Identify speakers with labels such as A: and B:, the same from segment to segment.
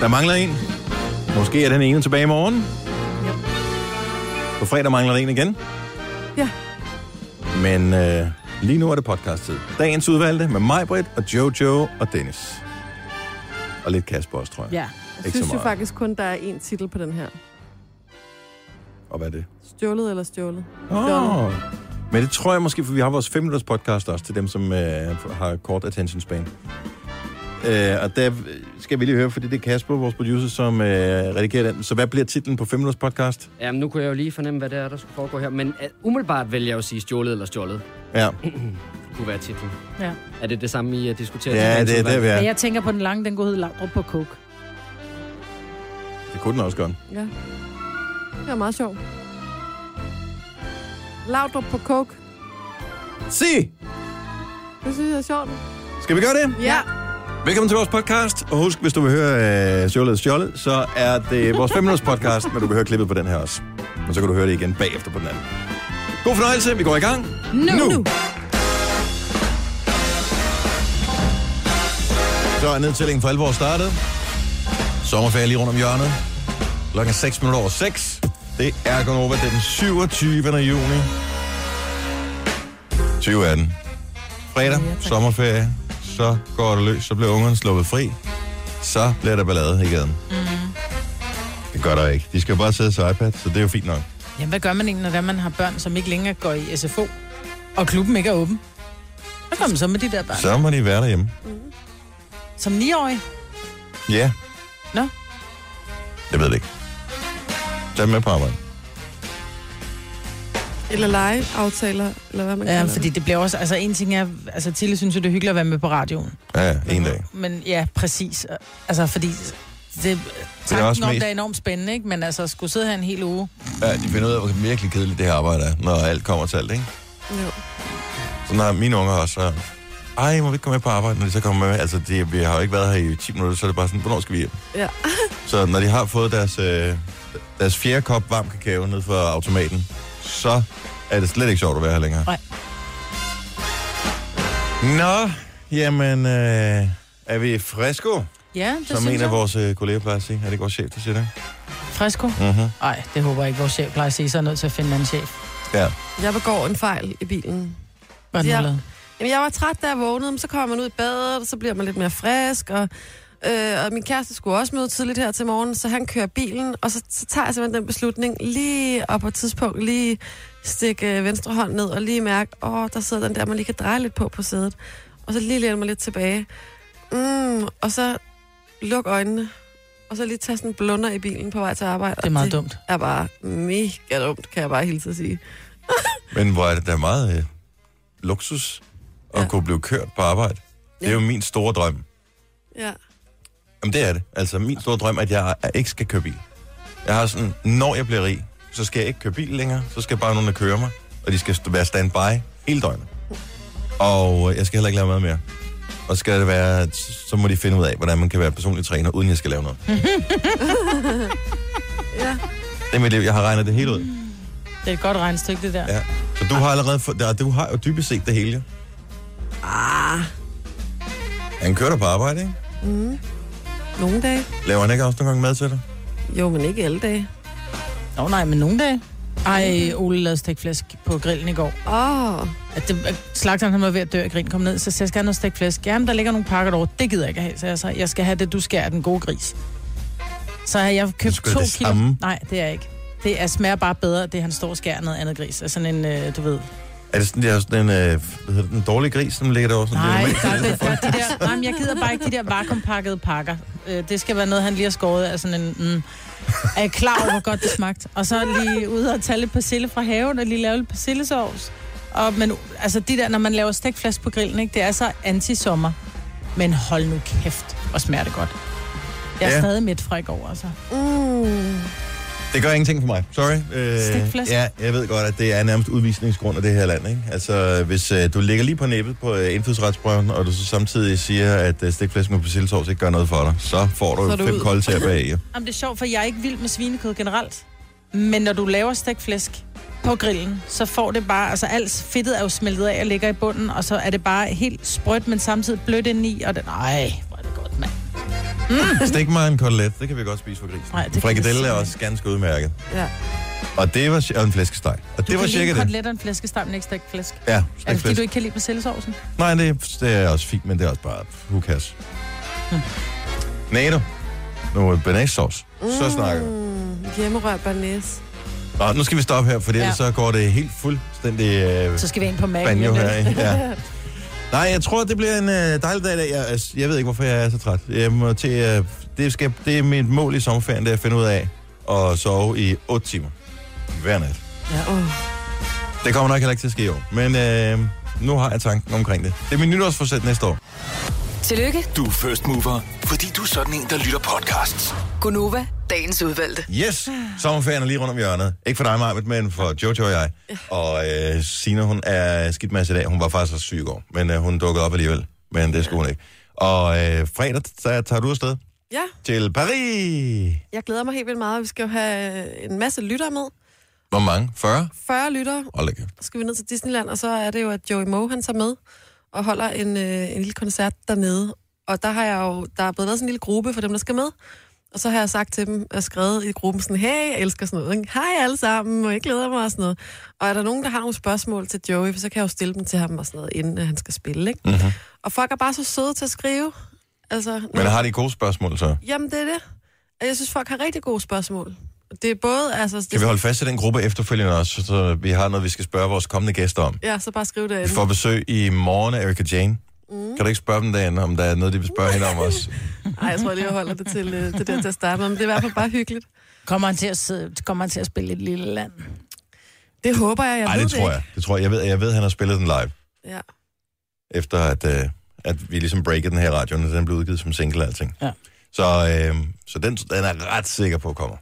A: Der mangler en. Måske er den ene tilbage i morgen. På fredag mangler der en igen.
B: Ja.
A: Men øh, lige nu er det podcast-tid. Dagens udvalgte med mig, Britt, og Jojo og Dennis. Og lidt Kasper også, tror jeg.
C: Ja.
B: Jeg
A: Ikke så
B: synes jo
A: meget.
B: faktisk kun, der er én titel på den her.
A: Og hvad er det?
B: Stjålet eller stjålet?
A: Oh. Men det tror jeg måske, for vi har vores 5 minutters podcast også til dem, som øh, har kort attention span. Øh, og der skal vi lige høre, fordi det er Kasper, vores producer, som øh, redigerer den. Så hvad bliver titlen på 5 minutters podcast?
D: Jamen, nu kunne jeg jo lige fornemme, hvad det er, der skulle foregå her. Men uh, umiddelbart vil jeg jo sige stjålet eller stjålet.
A: Ja,
D: kunne være titlen.
C: Ja.
D: Er det det samme, I uh, diskuterer?
A: ja det, det, det, det,
C: ja.
A: det,
C: Jeg tænker på den lange, den går hed Laudrup på Coke.
A: det kunne den også godt.
B: Ja. Det var meget sjovt. Laudrup på coke.
A: Se!
B: Det synes jeg er sjovt.
A: Skal vi gøre det?
B: Ja.
A: Velkommen til vores podcast, og husk, hvis du vil høre øh, Sjølet Stjålet, så er det vores 5 minutters podcast, men du vil høre klippet på den her også. Og så kan du høre det igen bagefter på den anden. God fornøjelse, vi går i gang.
C: Nu! nu.
A: Så er nedtællingen for alvor startet. Sommerferie lige rundt om hjørnet. Klokken er 6 minutter over 6. Det er Gonova, det er den 27. juni. 2018. Fredag, sommerferie. Så går det løs, så bliver ungerne sluppet fri. Så bliver der ballade i gaden. Mm. Det gør der ikke. De skal jo bare sidde til iPad, så det er jo fint nok.
C: Jamen, hvad gør man egentlig, når det er, man har børn, som ikke længere går i SFO, og klubben ikke er åben? Hvad gør man så med de der børn? Så.
A: Så må de være derhjemme.
C: Som niårige?
A: Ja.
C: Nå.
A: Jeg ved det ikke. Tag dem med på arbejde.
B: Eller legeaftaler, eller hvad man
C: Ja,
B: kalder
C: fordi det bliver også... Altså, en ting er... Altså, Tille synes jo, det er hyggeligt at være med på radioen.
A: Ja, ja, en dag.
C: Men ja, præcis. Altså, fordi... Det, tanken
A: også
C: om,
A: mest-
C: det er enormt spændende, ikke? Men altså, skulle sidde her en hel uge.
A: Ja, de finder ud af, hvor virkelig kedeligt det her arbejde er, når alt kommer til alt, ikke?
B: det. Jo.
A: Sådan har mine unger også. øh, Ej, må vi ikke komme med på arbejde, når de så kommer med? Altså, de, vi har jo ikke været her i 10 minutter, så er det bare sådan, hvornår skal vi hjem?
B: Ja.
A: Så når de har fået deres, øh, deres fjerde kop varm kakao ned fra automaten, så er det slet ikke sjovt at være her længere.
C: Nej.
A: Nå, jamen, øh, er vi frisko,
C: Ja, det
A: som
C: synes
A: en
C: jeg.
A: af vores øh, kolleger plejer at sige? Er det ikke vores chef, der siger det?
C: Frisko?
A: Mhm.
C: Nej, det håber jeg ikke, vores chef plejer at sige. Så er jeg nødt til at finde en anden chef.
A: Ja.
B: Jeg begår en fejl i bilen.
C: Hvad den
B: Ja.
C: har lavet.
B: Jamen, jeg var træt, da jeg vågnede, men så kommer man ud i badet, og så bliver man lidt mere frisk, og, øh, og min kæreste skulle også møde tidligt her til morgen, så han kører bilen, og så, så tager jeg simpelthen den beslutning lige op på et tidspunkt, lige stikke øh, venstre hånd ned og lige mærke, åh, der sidder den der, man lige kan dreje lidt på på sædet, og så lige læne mig lidt tilbage, mm, og så luk øjnene, og så lige tage sådan en blunder i bilen på vej til arbejde.
C: Det er meget
B: og
C: dumt.
B: er bare mega dumt, kan jeg bare hilse at sige.
A: Men hvor er det da meget øh, luksus at ja.
B: Ja.
A: kunne blive kørt på arbejde. Det er
B: Ja.
A: jo min store drøm.
B: Ja.
A: Jamen det er det. Altså min store drøm er, at jeg ikke skal køre bil. Jeg har sådan, når jeg bliver rig, så skal jeg ikke køre bil længere. Så skal bare nogen, der kører mig. Og de skal st- være standby hele døgnet. Og øh, jeg skal heller ikke lave mad mere. Og skal det være, at s- så må de finde ud af, hvordan man kan være personlig træner, uden jeg skal lave noget.
B: Ja.
A: Det er mit liv. Jeg har regnet det hele ud.
C: Det er et godt regnestykke, det der.
A: Ja. Så du har allerede fået, ja, du har jo dybest set det hele. jo. Han kører dig på arbejde, ikke?
B: Nogle dage.
A: Laver han ikke også nogle gange mad til dig?
B: Jo, men ikke alle dage.
C: Nå nej, men nogle dage. Ej, Ole lavede stegt flæsk på grillen i går.
B: Åh, oh,
C: At det, at slagteren han var ved at dø af grin, kom ned, så sagde jeg, skal jeg have noget stegt flæsk? Jamen, der ligger nogle pakker derovre, det gider jeg ikke have. Så jeg sagde, jeg skal have det, du skærer af den gode gris. Så har jeg købt
A: sgu da
C: to
A: det
C: kilo.
A: samme.
C: Nej, det er ikke. Det er smager bare bedre, det han står og skærer af noget andet gris. Altså sådan en, øh, du ved...
A: Er det sådan, der er sådan en, øh, hvad hedder det, en dårlig gris, som ligger derovre? Sådan
C: Nej,
A: lidt-
C: der, der, der, de der, nej men jeg gider bare ikke de der vakuumpakkede pakker. Øh, det skal være noget, han lige har skåret af sådan en... Mm, er jeg klar over, hvor godt det smagte? Og så lige ude og tage lidt persille fra haven, og lige lave lidt persillesovs. Og, men altså, de der, når man laver stegflæsk på grillen, ikke, det er så anti-sommer. Men hold nu kæft, og smager det godt. Jeg er
A: Ja.
C: ja. stadig midt fra i går, altså.
B: mm,
A: Det gør ingenting for mig. Sorry. Øh,
C: Stikflæsk.
A: ja, jeg ved godt, at det er nærmest udvisningsgrund af det her land. Ikke? Altså, hvis øh, du ligger lige på næbbet på øh, indfødsretsprøven, og du så samtidig siger, at øh, stikflæsk med persillesovs ikke gør noget for dig, så får du,
B: Så
A: så
B: er du
A: fem
B: ud.
A: kolde tæer bag. Ja.
C: Jamen, det er sjovt, for jeg er ikke vild med svinekød generelt. Men når du laver stegt flæsk på grillen, så får det bare... Altså, alt fedtet er jo smeltet af og ligger i bunden, og så er det bare helt sprødt, men samtidig blødt indeni, og den... Ej, hvor er det godt, mand.
A: Stik mig en kotelet, det kan vi godt spise for grisen.
C: Nej,
A: Nej,
C: det kan vi
A: det Frikadelle er
C: simpelthen
A: også ganske udmærket.
B: Ja.
A: Og det var ci- og en flæskesteg. Og det var cirka det.
C: Du en flæskesteg, men ikke stegt flæsk.
A: Ja,
C: Er
A: stik
C: det fordi,
A: flæsk.
C: du ikke kan lide persillesovsen?
A: Nej, det, er- det er også fint, men det er også bare, who cares? Nej, du. Nu er banæssovs. Så snakker vi.
B: Mm, hjemmerør barnæs.
A: Nå, nu skal vi stoppe her, for
C: Ja.
A: ellers så går det helt fuldstændig øh,
C: Så skal vi ind på maven.
A: banjo her.
C: lidt.
A: ikke? Ja. Nej, jeg tror, det bliver en øh, dejlig dag i dag. Jeg, altså, jeg ved ikke, hvorfor jeg er så træt. Jeg må til, øh, det, skal, det er mit mål i sommerferien, det er at finde ud af at sove i 8 timer hver nat.
B: Oh.
A: Det kommer nok heller ikke til at ske i år, men øh, nu har jeg tanken omkring det. Det er min nytårsforsæt næste år.
E: Tillykke,
F: Du er first mover, fordi du er sådan en, der lytter podcasts.
E: Gunova, dagens udvalgte.
A: Yes! Sommerferien er lige rundt om hjørnet. Ikke for dig, Marvitt, men for Jojo og jeg. Og øh, Sina, hun er skidt masse i dag. Hun var faktisk også syg i går, men øh, hun dukkede op alligevel. Men det skulle hun ikke. Og øh, fredag så tager du afsted
B: Ja,
A: til Paris.
B: jeg glæder mig helt vildt meget. Vi skal jo have en masse lyttere med.
A: Hvor mange? 40?
B: 40 lyttere
A: Hold da kæft.
B: Så skal vi ned til Disneyland, og så er det jo, at Joey Moe, han tager med og holder en, øh, en lille koncert dernede. Og der har jeg jo, der er blevet lavet sådan en lille gruppe for dem, der skal med. Og så har jeg sagt til dem, og skrevet i gruppen sådan, hey, jeg elsker sådan noget. ikke? Hej alle sammen, og jeg glæder mig og sådan noget. Og er der nogen, der har nogle spørgsmål til Joey, for så kan jeg jo stille dem til ham og sådan noget, inden øh, han skal spille, ikke? Mm-hmm. Og folk er bare så søde til at skrive. Altså,
A: Mhm. Men har de gode spørgsmål, så?
B: jamen det er det. Og Jeg synes, folk har rigtig gode spørgsmål. Det er både, altså... Det,
A: Kan vi holde fast i den gruppe efterfølgende også, så vi har noget, vi skal spørge vores kommende gæster om?
B: Ja, så bare skriv det
A: Vi får besøg i morgen af Erika Jane. Mm. Kan du ikke spørge dem derinde, om der er noget, de vil spørge hende om også?
B: Nej, jeg tror lige, jeg holder det til, øh, det der til at starte med, men det er i hvert fald bare hyggeligt.
C: Kommer han til at, sidde, kommer han til at spille et lille land?
B: Det håber jeg, jeg
A: Nej,
B: ved
A: det tror
B: ikke.
A: jeg. Det tror jeg. Jeg ved, jeg ved at han har spillet den live.
B: Ja.
A: efter at, øh, at vi ligesom breakede den her radio, og den blev udgivet som single og alting.
C: Ja.
A: Så, øh, så den, den er jeg ret sikker på kommer.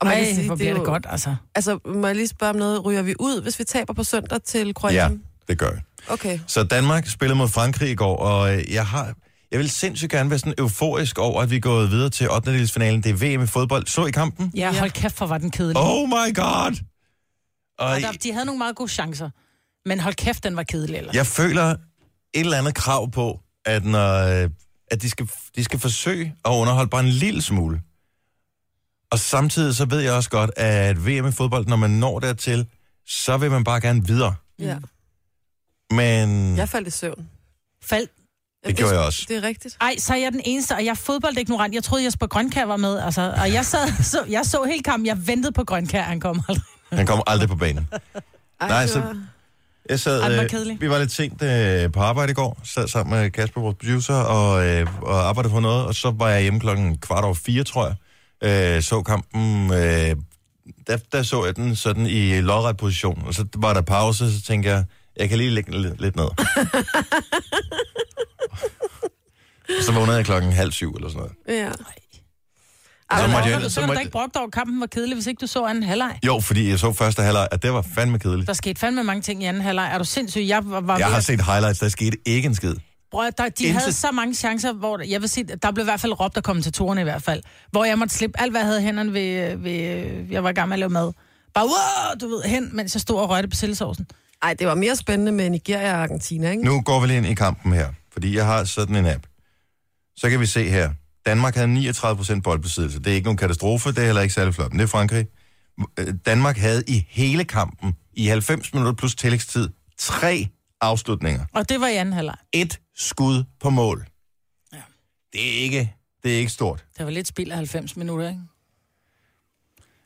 B: Og man kan
C: Ej, hvor
B: er
C: bliver det
B: jo-
C: godt, altså.
B: Altså, må jeg lige spørge om noget? Ryger vi ud, hvis vi taber på søndag til
A: Ja,
B: Kroatien?
A: det gør vi.
B: Ja. Okay.
A: Så Danmark spillede mod Frankrig i går, og øh, jeg har... Jeg vil sindssygt gerne være sådan euforisk over, at vi er gået videre til 8. Det er VM i fodbold. Så I kampen?
C: Ja, hold kæft, for var den kedelig.
A: Oh my god! Og
C: Og der, de havde nogle meget gode chancer. Men hold kæft, den var kedelig, eller?
A: jeg føler et eller andet krav på, at, når, øh, at de, skal, de skal forsøge at underholde bare en lille smule. Og samtidig så ved jeg også godt, at VM i fodbold, når man når dertil, så vil man bare gerne videre.
B: Ja.
C: Mm.
A: Men
B: Jeg faldt i søvn.
C: Fald.
A: Mm. det gjorde jeg også.
B: Det er rigtigt.
C: Ej, så er jeg den eneste, og jeg er fodboldignorant. Jeg troede, Jesper Grønkær var med, altså. Og jeg, sad, så, jeg så hele kampen. Jeg ventede på Grønkær, han kom Altså, aldrig.
A: Han kom aldrig på banen.
B: Ej,
A: Nej,
B: det
A: så-
B: var-
A: Jeg sad,
C: Ej, det var
A: øh,
C: kedeligt.
A: vi var lidt sent øh, på arbejde i går, sad sammen med Kasper, vores producer, og, øh, og arbejdede på noget, og så var jeg hjemme klokken kvart over fire, tror jeg, øh, så kampen, øh, der, der så jeg den sådan i lodret position, og så var der pause, så tænkte jeg, jeg kan lige lægge den lidt, lidt ned. Og så vågnede jeg klokken halv syv eller sådan noget.
B: Ja.
A: Og så
C: Så,
A: måtte jeg,
C: jeg, så
A: så
C: kan du da
A: måtte,
C: ikke brokke dig over, at kampen var kedelig, hvis ikke du så anden halvleg.
A: jo, fordi jeg så første halvleg, at det var fandme kedeligt.
C: Der skete fandme mange ting i anden halvleg. Er du sindssyg? Jeg var, var
A: Jeg
C: ved
A: har
C: at-
A: set highlights, der skete ikke en skid.
C: Bror, der, de
A: Intet.
C: havde så mange chancer, hvor der- jeg vil sige, der blev i hvert fald råbt at komme til torne i hvert fald. Hvor jeg måtte slippe alt, hvad jeg havde i hænderne ved, ved jeg var i gang med at lave mad. Bare, wow, du ved, hen, mens jeg stod og rørte på sildesovsen.
B: Ej, det var mere spændende med Nigeria og Argentina, ikke?
A: Nu går vi lige ind i kampen her, fordi jeg har sådan en app. Så kan vi se her. Danmark havde 39% boldbesiddelse. Det er ikke nogen katastrofe, det er heller ikke særlig flot, men det er Frankrig. Øh, Danmark havde i hele kampen, i 90 minutter plus tillægstid, tre afslutninger.
C: Og det var i anden halvleg.
A: Et skud på mål. Det er ikke, det er ikke stort.
C: Det var lidt spild af 90 minutter, ikke?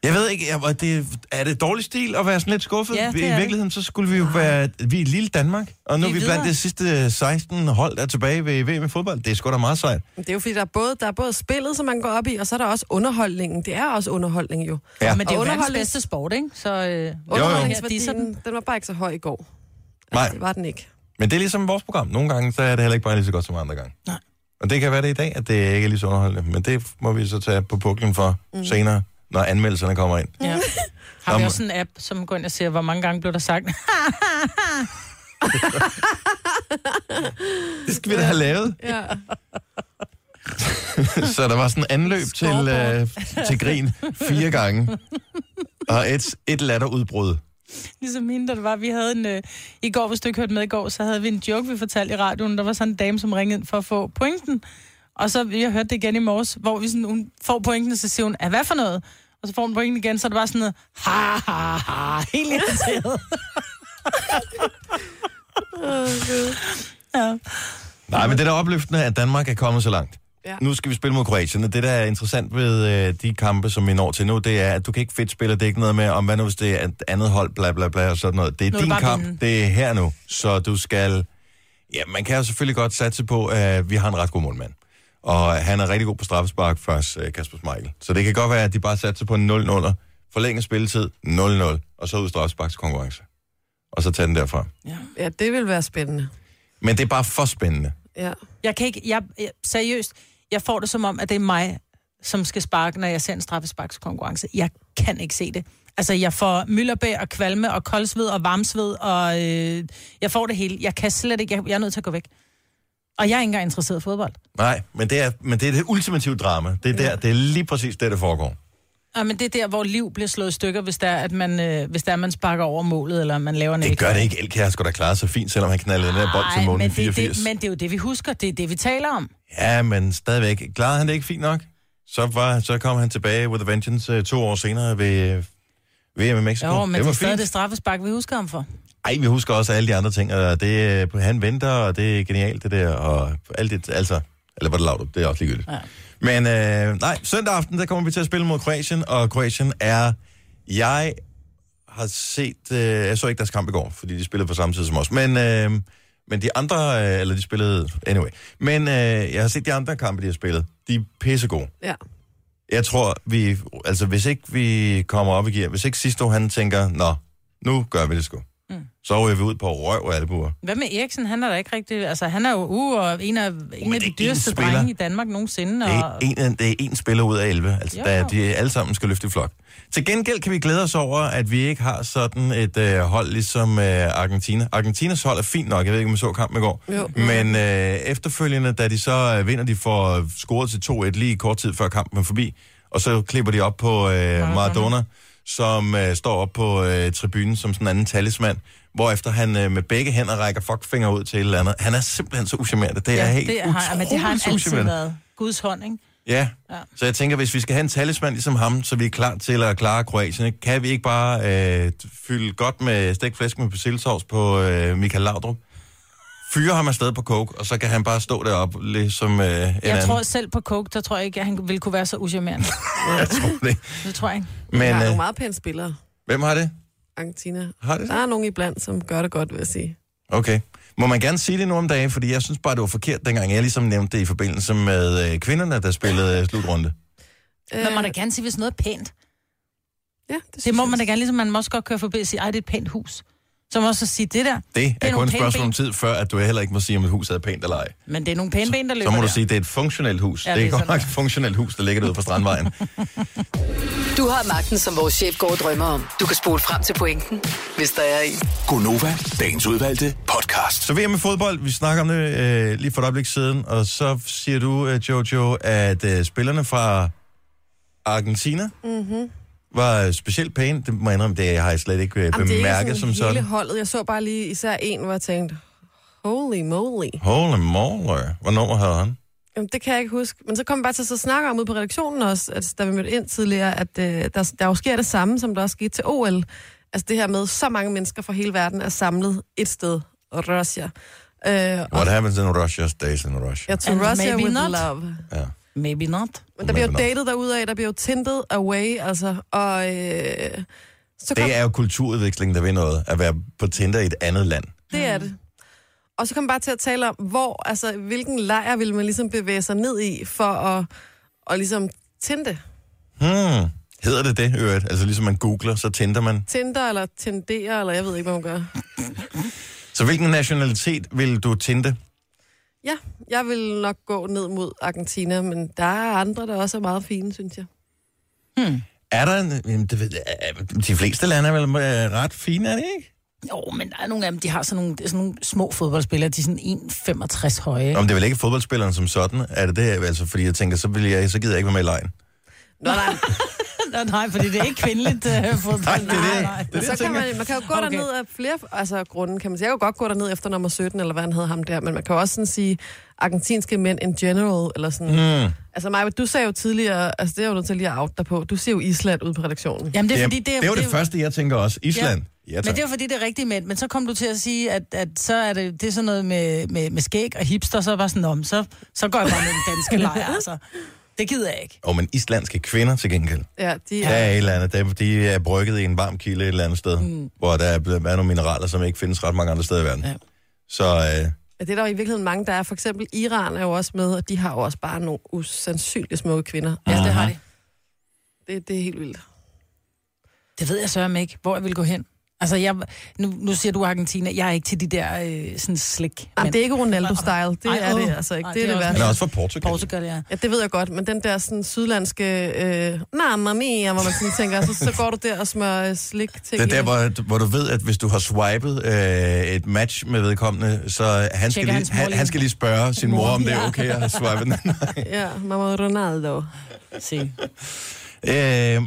A: Jeg ved ikke, jeg, og det, er det dårlig stil at være sådan lidt skuffet?
C: Ja, det er
A: I
C: det.
A: virkeligheden, så skulle vi jo være, vi er et lille Danmark, og nu
C: Vi
A: er
C: er
A: vi blandt
C: videre.
A: de sidste 16 hold, der er tilbage ved VM i fodbold. Det er sgu da meget sejt.
B: Men Det er jo fordi, der er, både, der er både spillet, som man går op i, og så er der også underholdningen. Det er også underholdning jo.
A: Ja.
C: Men det er jo
B: Og
C: verdens
B: underholdnings-
C: bedste sport, ikke? Så øh, disser
B: Underholdningsværdien,
C: den.
B: den. den var bare ikke så høj i går.
A: Nej.
B: Det var den ikke.
A: Men det er ligesom vores program. Nogle gange, så er det heller ikke bare lige så godt som andre gange.
C: Nej.
A: Og det kan være det i dag, at det ikke er lige så underholdende. Men det må vi så tage på puklen for mm. senere, når anmeldelserne kommer ind.
C: Ja. Har vi
A: Nå,
C: også en app, som går ind og ser, hvor mange gange blev der sagt.
A: Det skal vi da have lavet.
B: Ja.
A: så der var sådan en anløb til, øh, til grin fire gange. Og et, et latterudbrud.
C: ligesom hende, der det var. Vi havde en, øh, I går, hvis du ikke hørte med i går, så havde vi en joke, vi fortalte i radioen. Der var sådan en dame, som ringede ind for at få pointen. Og så, jeg hørte det igen i morges, hvor vi sådan, hun får pointen, så siger hun, "Ah, hvad for noget? Og så får hun pointen igen, så er det bare sådan noget, ha, ha, ha, helt irriteret. ja.
A: Nej, men det der er opløftende, at Danmark er kommet så langt.
B: Ja.
A: Nu skal vi spille mod Kroatien, og det, der er interessant ved øh, de kampe, som vi når til nu, det er, at du kan ikke fedt spille, og det er ikke noget med, om hvad nu hvis det er et andet hold, bla bla bla, og sådan noget. Det er
C: Nu er det
A: din
C: bare
A: kamp,
C: vinde.
A: det er her nu, så du skal... Ja, man kan jo selvfølgelig godt satse på, at vi har en ret god målmand. Og han er rigtig god på straffespark først, øh, Kasper Schmeichel. Så det kan godt være, at de bare satser på en 0-0'er, forlænge spilletid, 0-0, og så ud straffesparkskonkurrence. Og så tage den derfra.
B: Ja, det vil være spændende.
A: Men det er bare for spændende.
B: Ja.
C: Jeg kan ikke, jeg, jeg, seriøst, jeg får det som om, at det er mig, som skal sparke, når jeg ser en straffesparkskonkurrence. Jeg kan ikke se det. Altså, jeg får mylderbær og kvalme og koldsved og varmsved, og øh, jeg får det hele. Jeg kan slet ikke, jeg, jeg er nødt til at gå væk. Og jeg er ikke engang interesseret i fodbold.
A: Nej, men det er, men det, er det ultimative drama. Det er, der, det er lige præcis det, der foregår.
C: Ja, men det er der, hvor liv bliver slået i stykker, hvis der, at man, øh, hvis der man sparker over målet, eller man laver en
A: Det gør det ikke. Elke har sgu da klaret sig fint, selvom han knaldede den her bold til månen i
C: men, det,
A: 84.
C: det, men det er jo det, vi husker. Det er det, vi taler om.
A: Ja, men stadigvæk. Klarede han det ikke fint nok? Så, var, så kom han tilbage with a vengeance uh, to år senere ved uh, VM i Mexico.
C: Jo, men
A: det var
C: det er stadig
A: fint.
C: det straffespark, vi husker ham for.
A: Ej, vi husker også alle de andre ting, og det, øh, han venter, og det er genialt, det der, og alt det, altså, eller var det lavt, det er også ligegyldigt. Ja. Men øh, nej, søndag aften, der kommer vi til at spille mod Kroatien, og Kroatien er, jeg har set, øh, jeg så ikke deres kamp i går, fordi de spillede på samme tid som os, men, øh, men de andre, øh, eller de spillede, anyway, men øh, jeg har set de andre kampe, de har spillet, de er pissegode.
B: ja.
A: Jeg tror, vi, altså hvis ikke vi kommer op i gear, hvis ikke Sisto han tænker, nå, nu gør vi det sgu. Mm. Så ryger vi ud på røv og albuer.
C: Hvad med Eriksen? Han er da ikke rigtig... Altså, han er jo u og en af,
A: Oh,
C: en af
A: det er
C: de
A: én
C: dyreste
A: spiller.
C: drenge i Danmark nogensinde.
A: Det er
C: Og,
A: en, det er en spiller ud af 11, altså
C: Jo,
A: da
C: jo.
A: de alle sammen skal løfte i flok. Til gengæld kan vi glæde os over, at vi ikke har sådan et øh, hold ligesom øh, Argentina. Argentinas hold er fint nok, jeg ved ikke, om I så kampen i går.
B: Jo.
A: Men øh, efterfølgende, da de så øh, vinder, de får scoret til 2-1 lige kort tid før kampen er forbi, og så klipper de op på øh, Maradona, som øh, står op på øh, tribunen som sådan en anden talisman, hvorefter han øh, med begge hænder rækker fuckfinger ud til et eller andet. Han er simpelthen så uschammerende. Det er
C: ja,
A: helt
C: det har, ja, men det har han
A: utroligt så
C: altid
A: uschammerende.
C: været. Guds hånd, ikke?
A: Ja.
C: Ja.
A: ja, så jeg tænker, hvis vi skal have en talisman ligesom ham, så vi er klar til at klare Kroatien, ikke? kan vi ikke bare øh, fylde godt med stegt flæsk med persillesovs på øh, Michael Laudrup? Fyre ham afsted på coke, og så kan han bare stå deroppe, ligesom øh, en
C: Jeg
A: anden.
C: tror selv på Coke, der tror jeg ikke, at han ville kunne være så usjermerende.
A: jeg tror det.
C: Det tror jeg ikke.
B: Men,
A: Men
B: har nogle
A: øh,
B: meget pæne spillere,
A: hvem har det?
B: Argentina.
A: Har det?
B: Der er nogen iblandt, som gør det godt, vil jeg sige.
A: Okay. Må man gerne sige det nu om dagen, fordi jeg synes bare, det var forkert, dengang jeg ligesom nævnte det i forbindelse med øh, kvinderne, der spillede øh, slutrunde.
C: Man må da gerne sige, hvis noget er pænt.
B: Øh, ja,
C: Det
B: synes
C: må
B: jeg
C: man da
B: også.
C: gerne, ligesom man må også godt køre forbi og sige, ej, det er et pænt hus. Så må man også sige det der.
A: Det er,
C: er
A: kun
C: nogle
A: et
C: pæne
A: spørgsmål om
C: ben.
A: tid, før at du heller ikke må sige, om et hus er pænt eller ej.
C: Men det er nogle pæne ben, der løber
A: Så må
C: der.
A: du sige, at det er et funktionelt hus.
C: Ja,
A: Ja, det er
C: det er
A: godt
C: sådan,
A: nok
C: det
A: et funktionelt hus, der ligger derude på Strandvejen.
E: Du har magten, som vores chef går og drømmer om. Du kan spole frem til pointen, hvis der er en.
F: Gonova, dagens udvalgte podcast.
A: så VM i fodbold, vi snakker om det øh, lige for et øjeblik siden, og så siger du, øh, Jojo, at øh, spillerne fra Argentina mm-hmm.
B: Mhm.
A: var specielt pæne. Det må jeg indrømme, det har jeg slet ikke øh,
B: Jamen, det er ikke
A: bemærket som
B: sådan hele
A: sådan.
B: holdet. Jeg så bare lige især en, hvor jeg tænkte, holy moly.
A: Holy moly. Hvornår havde han?
B: Jamen, det kan jeg ikke huske. Men så kom vi bare til at sidde og snakke om ude på redaktionen også, at, da vi mødte ind tidligere, at øh, der, der jo sker det samme, som der også skete til OL. Altså det her med, så mange mennesker fra hele verden er samlet et sted. Russia. Øh, og
A: What happens in Russia stays in Russia.
B: jeg tog
C: And
B: Russia
C: maybe
B: with
C: not.
B: love.
A: Ja.
C: Maybe not.
B: Men der bliver
A: Maybe
B: jo
A: not.
B: datet derudad, der bliver jo tintet away, altså. Og øh, så kom,
A: Det er jo kulturudveksling, der ved noget, at være på Tinder i et andet land.
B: Det er det. Og så kom vi bare til at tale om, hvor, altså, hvilken lejr ville man ligesom bevæge sig ned i for at, at ligesom tinte.
A: Hmm. Hedder det det, i øvrigt? Altså ligesom man googler, så tænder man.
B: Tinder eller tendere, eller jeg ved ikke, hvad hun gør.
A: Så hvilken nationalitet vil du tinte?
B: Ja, jeg vil nok gå ned mod Argentina, men der er andre, der også er meget fine, synes jeg.
A: Er der en... Jamen, det ved, jeg- øh, de fleste lande er vel øh, ret fine, er det ikke?
C: Jo, men der er nogle af dem, de har sådan nogle, sådan nogle små fodboldspillere, de er sådan 1,65 høje.
A: Om det er vel ikke fodboldspilleren som sådan, er det det? Altså, fordi jeg tænker, så, vil jeg, så gider jeg ikke være med i lejen.
B: Nå, nej.
C: fodbold. Nej, fordi det er ikke kvindeligt øh, fodbold.
A: Nej, det er det. Det er det,
B: Så
A: jeg
B: kan
A: tænker.
B: man, man kan jo gå
C: Okay.
B: okay. derned af flere altså, grunde. Kan man sige. Jeg kan jo godt gå derned efter nummer 17, eller hvad han hed ham der, men man kan jo også sådan sige, argentinske mænd in general, eller sådan. Mm. Altså Maja, du sagde jo tidligere, altså det er jeg jo nødt til lige at out dig på, du ser jo Island ude på redaktionen.
C: Jamen, det er,
A: Jamen,
C: fordi, det er,
A: det var det første, jeg tænker også. Island. Ja,
C: Men
A: tak.
C: det er jo fordi, det er rigtigt mænd. Men så kom du til at sige, at, at så er det, det er sådan noget med, med, med skæg og hipster, så var sådan om, så, så går jeg bare med den danske lejr, altså. Det gider jeg ikke.
A: Og men islandske kvinder til gengæld.
B: Ja, de
A: Ja. Der
B: er...
A: er et eller andet. dem- De er brygget i en varm kilde et eller andet sted, mm. hvor der er blevet- er nogle mineraler, som ikke findes ret mange andre steder i verden. Ja.
C: Ja.
A: Så øh,
B: Ja, det er der jo i virkeligheden mange, der er. For eksempel Iran er jo også med, og de har jo også bare nogle usandsynligt smukke kvinder. Ja, det har de. Det, det er helt vildt.
C: Det ved jeg sørme ikke, hvor jeg vil gå hen. Altså, jeg, nu, nu siger du Argentina, jeg er ikke til de der øh, sådan slik.
B: Jamen, det er ikke Ronaldo-style. Det
C: Ej,
B: er
C: åh.
B: det altså ikke.
C: Ej,
B: det er
C: det
B: det
C: er også
A: han er
B: værste.
A: også fra Portugal.
C: Portugal, ja.
B: Ja, det ved jeg godt, men den der sådan, sydlandske, øh, nah, mamma hvor man sådan tænker, så, så går du der og smører øh, slik til.
A: Det er der, hvor, hvor du ved, at hvis du har swipet øh, et match med vedkommende, så han skal,
C: Tjekker
A: lige,
C: hans mor
A: han,
C: lige.
A: han skal lige spørge sin mor,
C: Mor,
A: om det er
C: ja.
A: okay at have swipet den.
B: Ja, mamma Ronaldo.
C: Se.
A: Øh,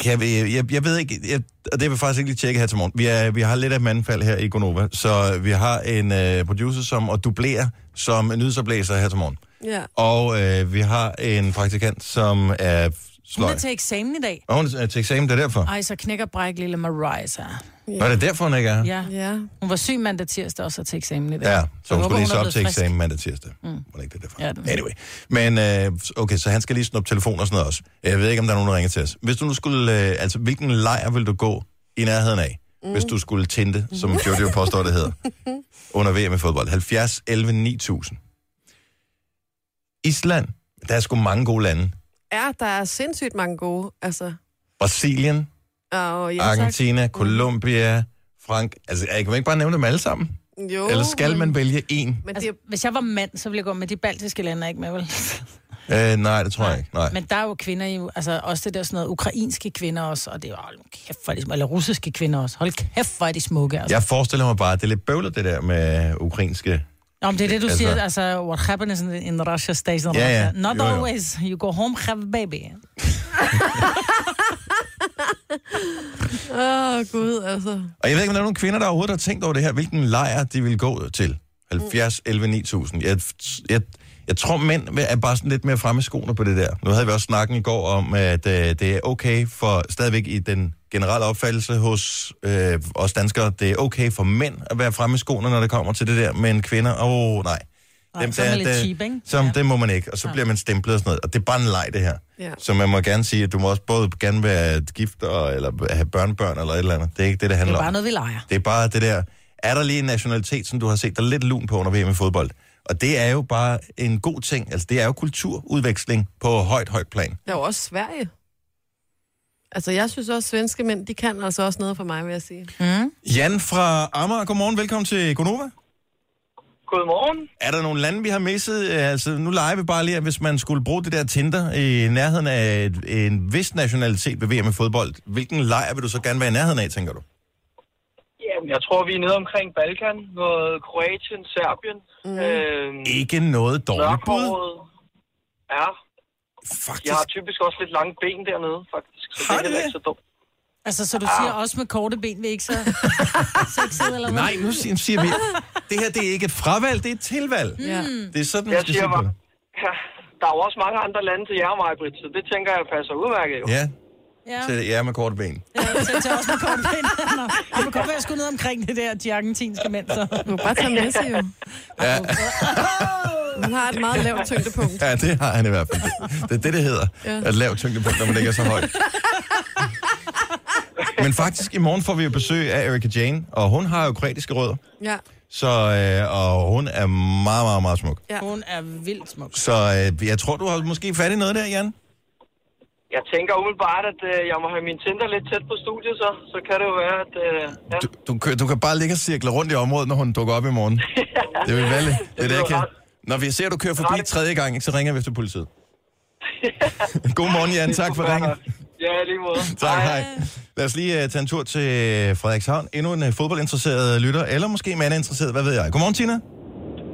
A: kan vi, jeg, jeg ved ikke, jeg, og det vil jeg faktisk ikke lige tjekke her til morgen. Vi, er, vi har lidt af et mandfald her i Gonova, så vi har en øh, producer, som og dublerer som nyhedsoplæser her til morgen.
B: Ja.
A: Og øh, vi har en praktikant, som er
C: Hun
A: sløj.
C: er til eksamen i dag.
A: Og hun er til eksamen, det er derfor.
C: Ej, så knækker bræk lille Mariah. så.
A: Nå, det er derfor, hun ikke er her?
C: Ja.
B: Ja.
C: Hun var syg mandag tirsdag, og så til eksamen i dag.
A: Ja, så hun
C: håber,
A: skulle lige
C: hun
A: så
C: er
A: op
C: blevet
A: til
C: frisk.
A: eksamen mandag tirsdag. Mm. Var det ikke det derfor?
C: Ja, det ved jeg.
A: anyway. Men øh, okay, så han skal lige snuppe telefon og sådan noget også. Jeg ved ikke, om der er nogen, der ringer til os. Hvis du nu skulle, øh, altså hvilken lejr vil du gå i nærheden af? Mm. Hvis du skulle tinte, som Jojo påstår, det hedder, under VM i fodbold. 70, 11, 9000. Island, der er sgu mange gode lande.
B: ja, der er sindssygt mange gode. Altså,
A: Brasilien,
B: og ja, tak.
A: Argentina,
C: Mm.
A: Colombia, Frank... Altså, jeg kan man ikke bare nævne dem alle sammen?
B: Jo,
A: Eller skal man vælge en?
B: Men det,
C: Altså, hvis jeg var mand, så ville jeg gå med de baltiske lande, ikke med vel?
A: Øh, nej, det tror jeg ikke. Nej.
C: Men der er jo kvinder i, altså også det der sådan noget, ukrainske kvinder også, og det er jo, hold kæft, hvor er de smukke, eller russiske kvinder også, hold kæft, hvor er de smukke, altså.
A: Jeg forestiller mig bare, at det er lidt bøvlet, det der med ukrainske...
C: Nå, men det er det, du
A: Altså-
C: altså, siger, altså, what happens in, in Russia stays in
A: Ja, ja.
C: Russia. Not
A: Jo, jo.
C: always, you go home, have a baby.
B: åh, gud, altså.
A: Og jeg ved ikke, om der er nogen kvinder, der overhovedet har tænkt over det her, hvilken lejr de vil gå til. 70,
C: Mm.
A: 11, 9000. Jeg, jeg, jeg tror, mænd er bare sådan lidt mere fremme i skoene på det der. Nu havde vi også snakken i går om, at øh, det er okay for, stadigvæk i den generelle opfattelse hos øh, os danskere, det er okay for mænd at være fremme i skoene, når det kommer til det der, men kvinder, åh oh, nej.
C: Nej, så er man lidt cheap, ikke?
A: Som,
C: Ja.
A: Det må man ikke, og så bliver man stemplet og sådan noget. Og det er bare en leg, det her.
B: Ja.
A: Så man må gerne sige, at du må også både gerne være gift og, eller have børnebørn eller et eller andet. Det er ikke det, det
C: Det
A: handler
C: er
A: om.
C: bare noget, vi leger.
A: Det er bare det der, er der lige en nationalitet, som du har set dig lidt lun på under VM i fodbold? Og det er jo bare en god ting. Altså, det er jo kulturudveksling på højt, højt plan.
B: Der er jo også Sverige. Altså, jeg synes også, at svenske mænd, de kan altså også noget for mig, vil jeg sige.
A: Hmm. Jan fra Amager, godmorgen. Velkommen til Gonova.
G: Godmorgen.
A: Er der nogle lande, vi har misset? Øh, Altså, nu leger vi bare lige, at hvis man skulle bruge det der Tinder i nærheden af et- en vis nationalitet ved VM i fodbold, hvilken lejr vil du så gerne være i nærheden af, tænker du?
G: Jamen, jeg tror, vi er nede omkring Balkan, noget Kroatien, Serbien. Mm. Øh,
A: Ikke noget dårligt bud.
G: Mørkhåret. Ja, de
A: Faktisk.
G: har typisk også lidt lange ben dernede, faktisk. Så
A: Har
G: det er
A: de
G: heller
A: det?
G: ikke så dumt.
C: Altså, så du
A: Ah.
C: siger også med korte ben, vil I ikke så sexet eller hvad?
A: Nej, nu siger siger vi, det her det er ikke et fravalg, det er et tilvalg.
B: Ja.
A: Det er sådan,
G: Jeg
A: man skal se
G: siger
A: på
G: bare,
A: det.
G: ja, der er jo også mange andre lande til jer, Maja Britt, så det tænker jeg passer udmærket jo.
A: Ja,
C: Ja,
A: til ja, med korte ben.
C: ja, så tager også med korte ben. Nå, det kunne godt være, jeg skulle ned omkring det der, de argentinske mænd, så.
B: Du kan bare tage med sig jo.
A: Ja,
B: Hun har et meget lavt tyngdepunkt.
A: ja, det har han i hvert fald. Det er det, det hedder. Ja. At lave tyngdepunkt, når man ikke er så høj. Men faktisk, i morgen får vi jo besøg af Erika Jane, og hun har jo kroatiske rødder.
B: Ja,
A: Så, øh, og hun er meget, meget, meget smuk.
C: Hun er vildt smuk.
A: Så øh, jeg tror, du har måske fat i noget der, Jan.
G: Jeg tænker umiddelbart, at øh, jeg må have min Tinder lidt tæt på studiet, så, så kan det jo være, at... Øh, ja.
A: Du, du, kan- du kan bare ligge og cirkle rundt i området, når hun dukker op i morgen. Det vil være lidt- det, er det, jeg kan. Når vi ser, at du kører forbi tredje gang, ikke, så ringer vi efter politiet. Godmorgen, Jan. Tak for ringen.
G: Ja, i lige måde.
A: Tak, hej. Lad os lige uh, tage en tur til Frederikshavn. Endnu en uh, fodboldinteresseret lytter, eller måske mandinteresseret, hvad ved jeg. Godmorgen, Tina.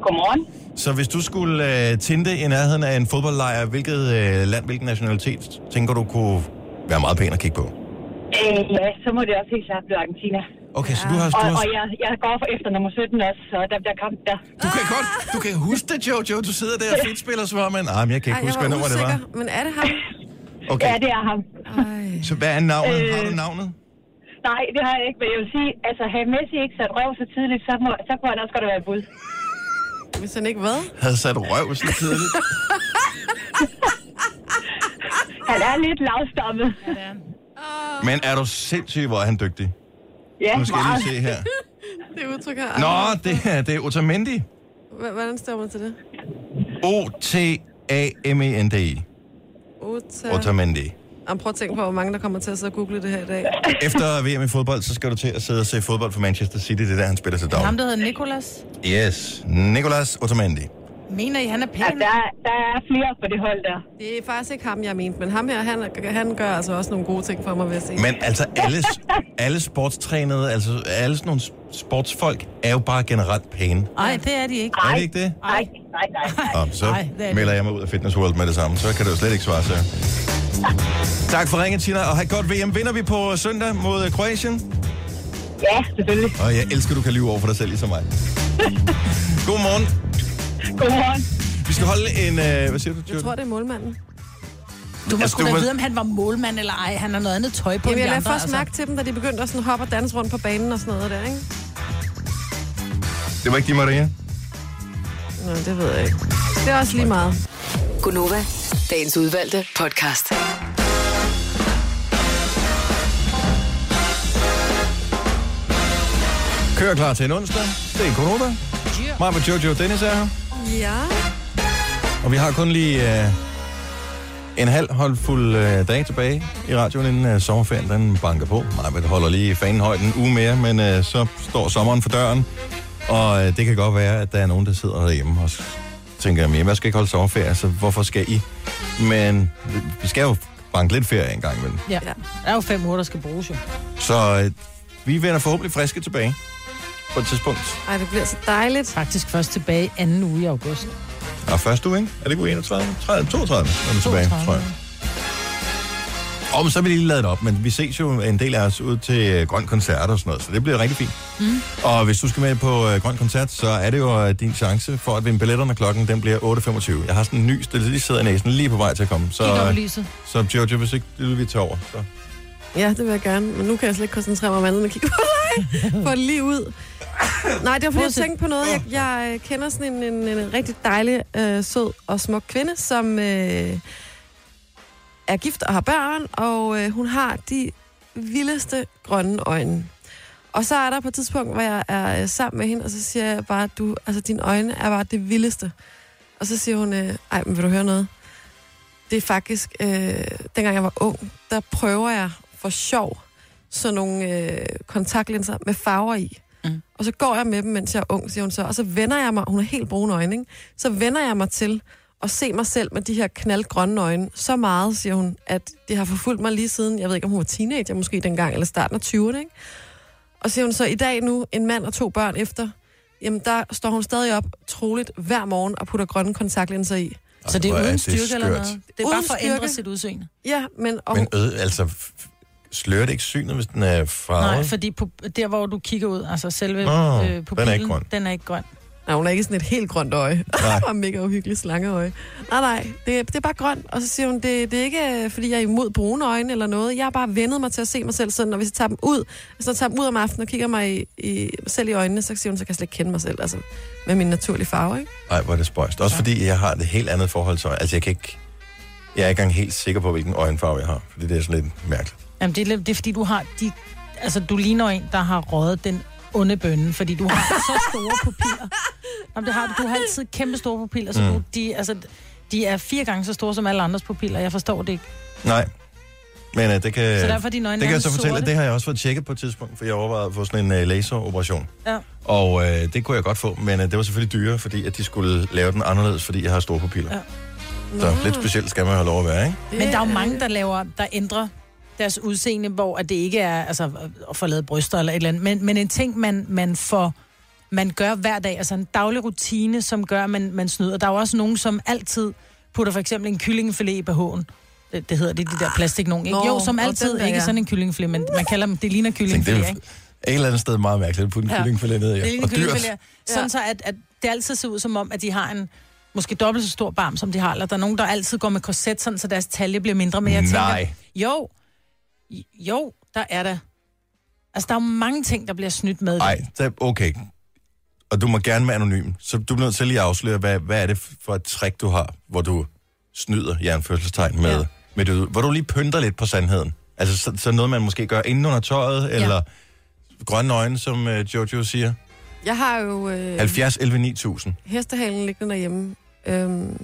H: Godmorgen.
A: Så hvis du øh, skulle uh, tinte i nærheden af en fodboldlejr, hvilket uh, land, hvilken nationalitet, tænker du kunne være meget pæn at kigge på.
H: Øh, ja, så må det også helt klart blive Argentina.
A: Okay, så du har... Du,
H: Og,
A: har,
H: og jeg, jeg går for efter nummer 17 også, så der bliver kamp der.
A: du kan godt... Du kan huske det, Jojo. Du sidder der og fedtspiller, som om... man- Nej, men jeg kan
B: Ej,
A: ikke
B: jeg
A: huske, hvad
B: var
A: nummer det var.
B: usikker, men er det ham?
H: Ja,
A: Okay,
H: det er ham.
B: Ej.
A: så hvad er navnet? Har du
H: Øh,
A: navnet?
H: Nej, det har jeg ikke, men jeg vil sige, altså havde Messi ikke sat røv så tidligt, så, må, så kunne han også godt have været bud.
B: Hvis han ikke hvad?
A: Havde sat røv så tidligt.
H: Han er lidt lavstammet.
A: Men er du sindssyg, hvor er han dygtig?
H: Ja,
A: Nu skal jeg
H: meget.
A: lige se her.
B: Det udtryk her.
A: Nå, det, er- det er Otamendi.
B: H- hvordan står man til det?
A: E O-T-A-M-E-N-D-I.
B: Ota.
A: Otamendi.
B: Jamen, prøv at tænke på, hvor mange der kommer til at sidde og google det her i dag.
A: Efter VM i fodbold, så skal du til at sidde og se fodbold for Manchester City. Det er der, han spiller til
C: Ham,
A: daglig.
C: der hedder Nicolas.
A: Yes. Nicolas Otamendi.
C: Mener I, han er
H: Ja,
C: pæn?
H: der, er- der er flere på det hold der.
B: Det er faktisk ikke ham, jeg mente, men ham her, han, han gør altså også nogle gode ting for mig, vil jeg sige.
A: Men altså, alle, alle sportstrænede, altså alle sådan nogle sportsfolk, er jo bare generelt pæne.
C: Nej, det er de ikke.
A: Er det ikke det?
H: Nej, nej, nej.
A: Nå, så
C: Ej, det er det.
A: melder jeg mig ud af Fitness World med det samme. Så kan det jo slet ikke svare sig. Tak for ringen, Tina, og have et godt VM. Vinder vi på søndag mod øh, Kroatien?
H: Ja, selvfølgelig.
A: Og jeg elsker, du kan lyve over for dig selv, ligesom mig. Godmorgen.
H: Godmorgen.
A: Vi skal holde en... Øh, hvad siger du,
B: Jeg tror, det er målmanden.
C: Du må
A: Altså,
C: sgu
A: du
C: da
A: må-
C: vide, om han var målmand eller ej. Han har noget andet tøj
B: Jamen,
C: på end
B: jeg
C: de
B: lagde
C: andre. altså.
B: først mærke til dem, da de begyndte at sådan hoppe og danse rundt på banen og sådan noget der, ikke?
A: Det var ikke de, Maria?
B: Nå, det ved jeg ikke. Det er også lige meget.
E: Gunova, dagens udvalgte podcast.
A: Kør klar til en onsdag. Det er Konoba.
C: Yeah.
A: Mig og Jojo og Dennis er her.
B: Ja.
A: Og vi har kun lige øh, en halv holdfuld øh, dag tilbage i radioen, inden øh, sommerferien den banker på. Mig holder lige fanen højt en uge mere, men øh, så står sommeren for døren. Og øh, det kan godt være, at der er nogen, der sidder derhjemme og s- tænker, jamen jeg skal ikke holde sommerferie, så hvorfor skal I? Men vi- vi skal jo banke lidt ferie en gang imellem.
C: Ja. Der er jo fem uger, der skal bruges jo.
A: Så øh, vi vender forhåbentlig friske tilbage på et tidspunkt.
B: Ej, det bliver så dejligt.
C: Faktisk først tilbage anden uge i august.
A: Og første uge, ikke? Er det ikke uge 31? 30, 32 er vi tilbage,
C: 32.
A: tror jeg. Og men så er vi lige lavet op, men vi ses jo en del af os ud til øh, Grøn Koncert og sådan noget, så det bliver rigtig fint. Mm. Og hvis du skal med på øh, Grøn Koncert, så er det jo øh, din chance for at vinde billetterne. Klokken den bliver 8.25. Jeg har sådan en nys, der lige sidder i næsen, lige på vej til at komme. Så,
C: Kig over
A: øh,
C: lyset.
A: så Jojo, hvis ikke det vil vi tage over. Så.
B: Ja, det vil jeg gerne, men nu kan jeg slet ikke koncentrere mig om andet end at kigge på dig. Få det lige ud. Nej, det var fordi, jeg tænkte på noget. Jeg, jeg øh, kender sådan en, en, en rigtig dejlig, øh, sød og smuk kvinde, som øh, er gift og har børn, og øh, hun har de vildeste grønne øjne. Og så er der på et tidspunkt, hvor jeg er øh, sammen med hende, og så siger jeg bare, du, altså dine øjne er bare det vildeste. Og så siger hun, øh, ej, men vil du høre noget? Det er faktisk, øh, dengang jeg var ung, der prøver jeg for sjov sådan nogle øh, kontaktlinser med farver i. Mm. Og så går jeg med dem, mens jeg er ung, siger hun så. Og så vender jeg mig, hun har helt brune øjne, ikke? så vender jeg mig til at se mig selv med de her knaldgrønne øjne så meget, siger hun, at det har forfulgt mig lige siden, jeg ved ikke, om hun var teenager måske dengang, eller starten af 20'erne, ikke? Og siger hun så, i dag nu, en mand og to børn efter, jamen der står hun stadig op troligt hver morgen og putter grønne kontaktlinser i.
C: Så det
A: hvor
C: er
A: er
C: uden
A: det
C: styrke eller
A: skørt.
C: noget. Det er bare
B: Uden
C: for at ændre
B: styrke.
C: sit udseende.
B: Ja, men... Og hun-
A: Men øde, altså, f- f- slører det ikke synet, hvis den er farvet?
C: Nej, fordi på, der, hvor du kigger ud, altså selve
A: Nå,
C: øh,
A: den
C: på
A: er ikke grøn.
C: den er ikke grøn.
B: Nej, hun er ikke sådan et helt grønt øje.
A: Nej.
B: Nej. og mega uhyggeligt slangeøje. Nej, nej, det, det er bare grønt. Og så siger hun, det, det er ikke, øh, fordi jeg er imod brune øjne eller noget. Jeg har bare vendet mig til at se mig selv sådan, og hvis jeg tager dem ud, så tager dem ud om aftenen og kigger mig i, i, selv i øjnene, så siger hun, så kan jeg slet ikke kende mig selv, altså med min naturlige farve, ikke?
A: Nej, hvor er det spøjst. Også fordi jeg har et helt andet forhold til øjne. Altså, jeg kan ikke... Jeg er ikke engang helt sikker på, hvilken øjenfarve jeg har. Fordi det er sådan lidt mærkeligt.
C: Jamen, det er, lidt- det er fordi, du har... De, altså, du ligner en, der har røget den onde bønne, fordi du har så store pupiller. Jamen, det har, du. du har altid kæmpe store pupiller,
A: Mm.
C: så du, de, altså, de er fire gange så store som alle andres pupiller. Jeg forstår det ikke.
A: Nej. Men uh, det kan...
C: Så derfor er dine øjne
A: det kan jeg så
C: nærmest
A: fortælle, at
C: sorte.
A: det har jeg også fået tjekket på et tidspunkt, for jeg overvejede at få sådan en uh, laseroperation.
C: Ja.
A: Og uh, det kunne jeg godt få, men uh, det var selvfølgelig dyrere, fordi at de skulle lave den anderledes, fordi jeg har store pupiller. Ja.
C: Ja.
A: Så lidt specielt skal man have lov at være, ikke?
C: Men der er jo mange, der laver, der ændrer deres udseende, hvor at det ikke er altså, at få lavet bryster eller et eller andet, men, men en ting, man, man får man gør hver dag, altså en daglig rutine, som gør, at man, man snyder. Der er jo også nogen, som altid putter for eksempel en kyllingefilet i BH'en. Det, det hedder det, de der plastik nogen, ikke?
B: Nå,
C: jo, som
B: nå,
C: altid,
B: den der,
C: ikke
B: ja.
C: sådan en kyllingfilet, men man kalder dem, det ligner
A: Tænk, det
C: kyllingfilet,
A: er
C: ikke?
A: et eller andet sted meget mærkeligt at putte en
B: Ja.
A: kyllingfilet ned i.
C: Det er lige
A: Og
C: en
A: dyrt.
C: kyllingefilet. Sådan så, at, at det altid ser ud som om, at de har en måske dobbelt så stor barm, som de har. Eller der er nogen, der altid går med korset, sådan, så deres talje bliver mindre. Men jeg tænker,
A: Nej.
C: jo, jo, der er der. Altså, der er jo mange ting, der bliver snydt med. i dag.
A: Nej, så okay. Og du må gerne være anonym. Så du bliver nødt til lige at afsløre, hvad, hvad er det for et trick, du har, hvor du snyder i anførselstegn med, ja.
C: Ja.
A: med det, ud- hvor du lige pynter lidt på sandheden. Altså så, så noget, man måske gør inden under tøjet, eller grønne øjne, som øh, Jojo siger.
B: Jeg har jo øh,
A: 70, 11, 9000.
B: hestehalen liggende derhjemme. Øhm,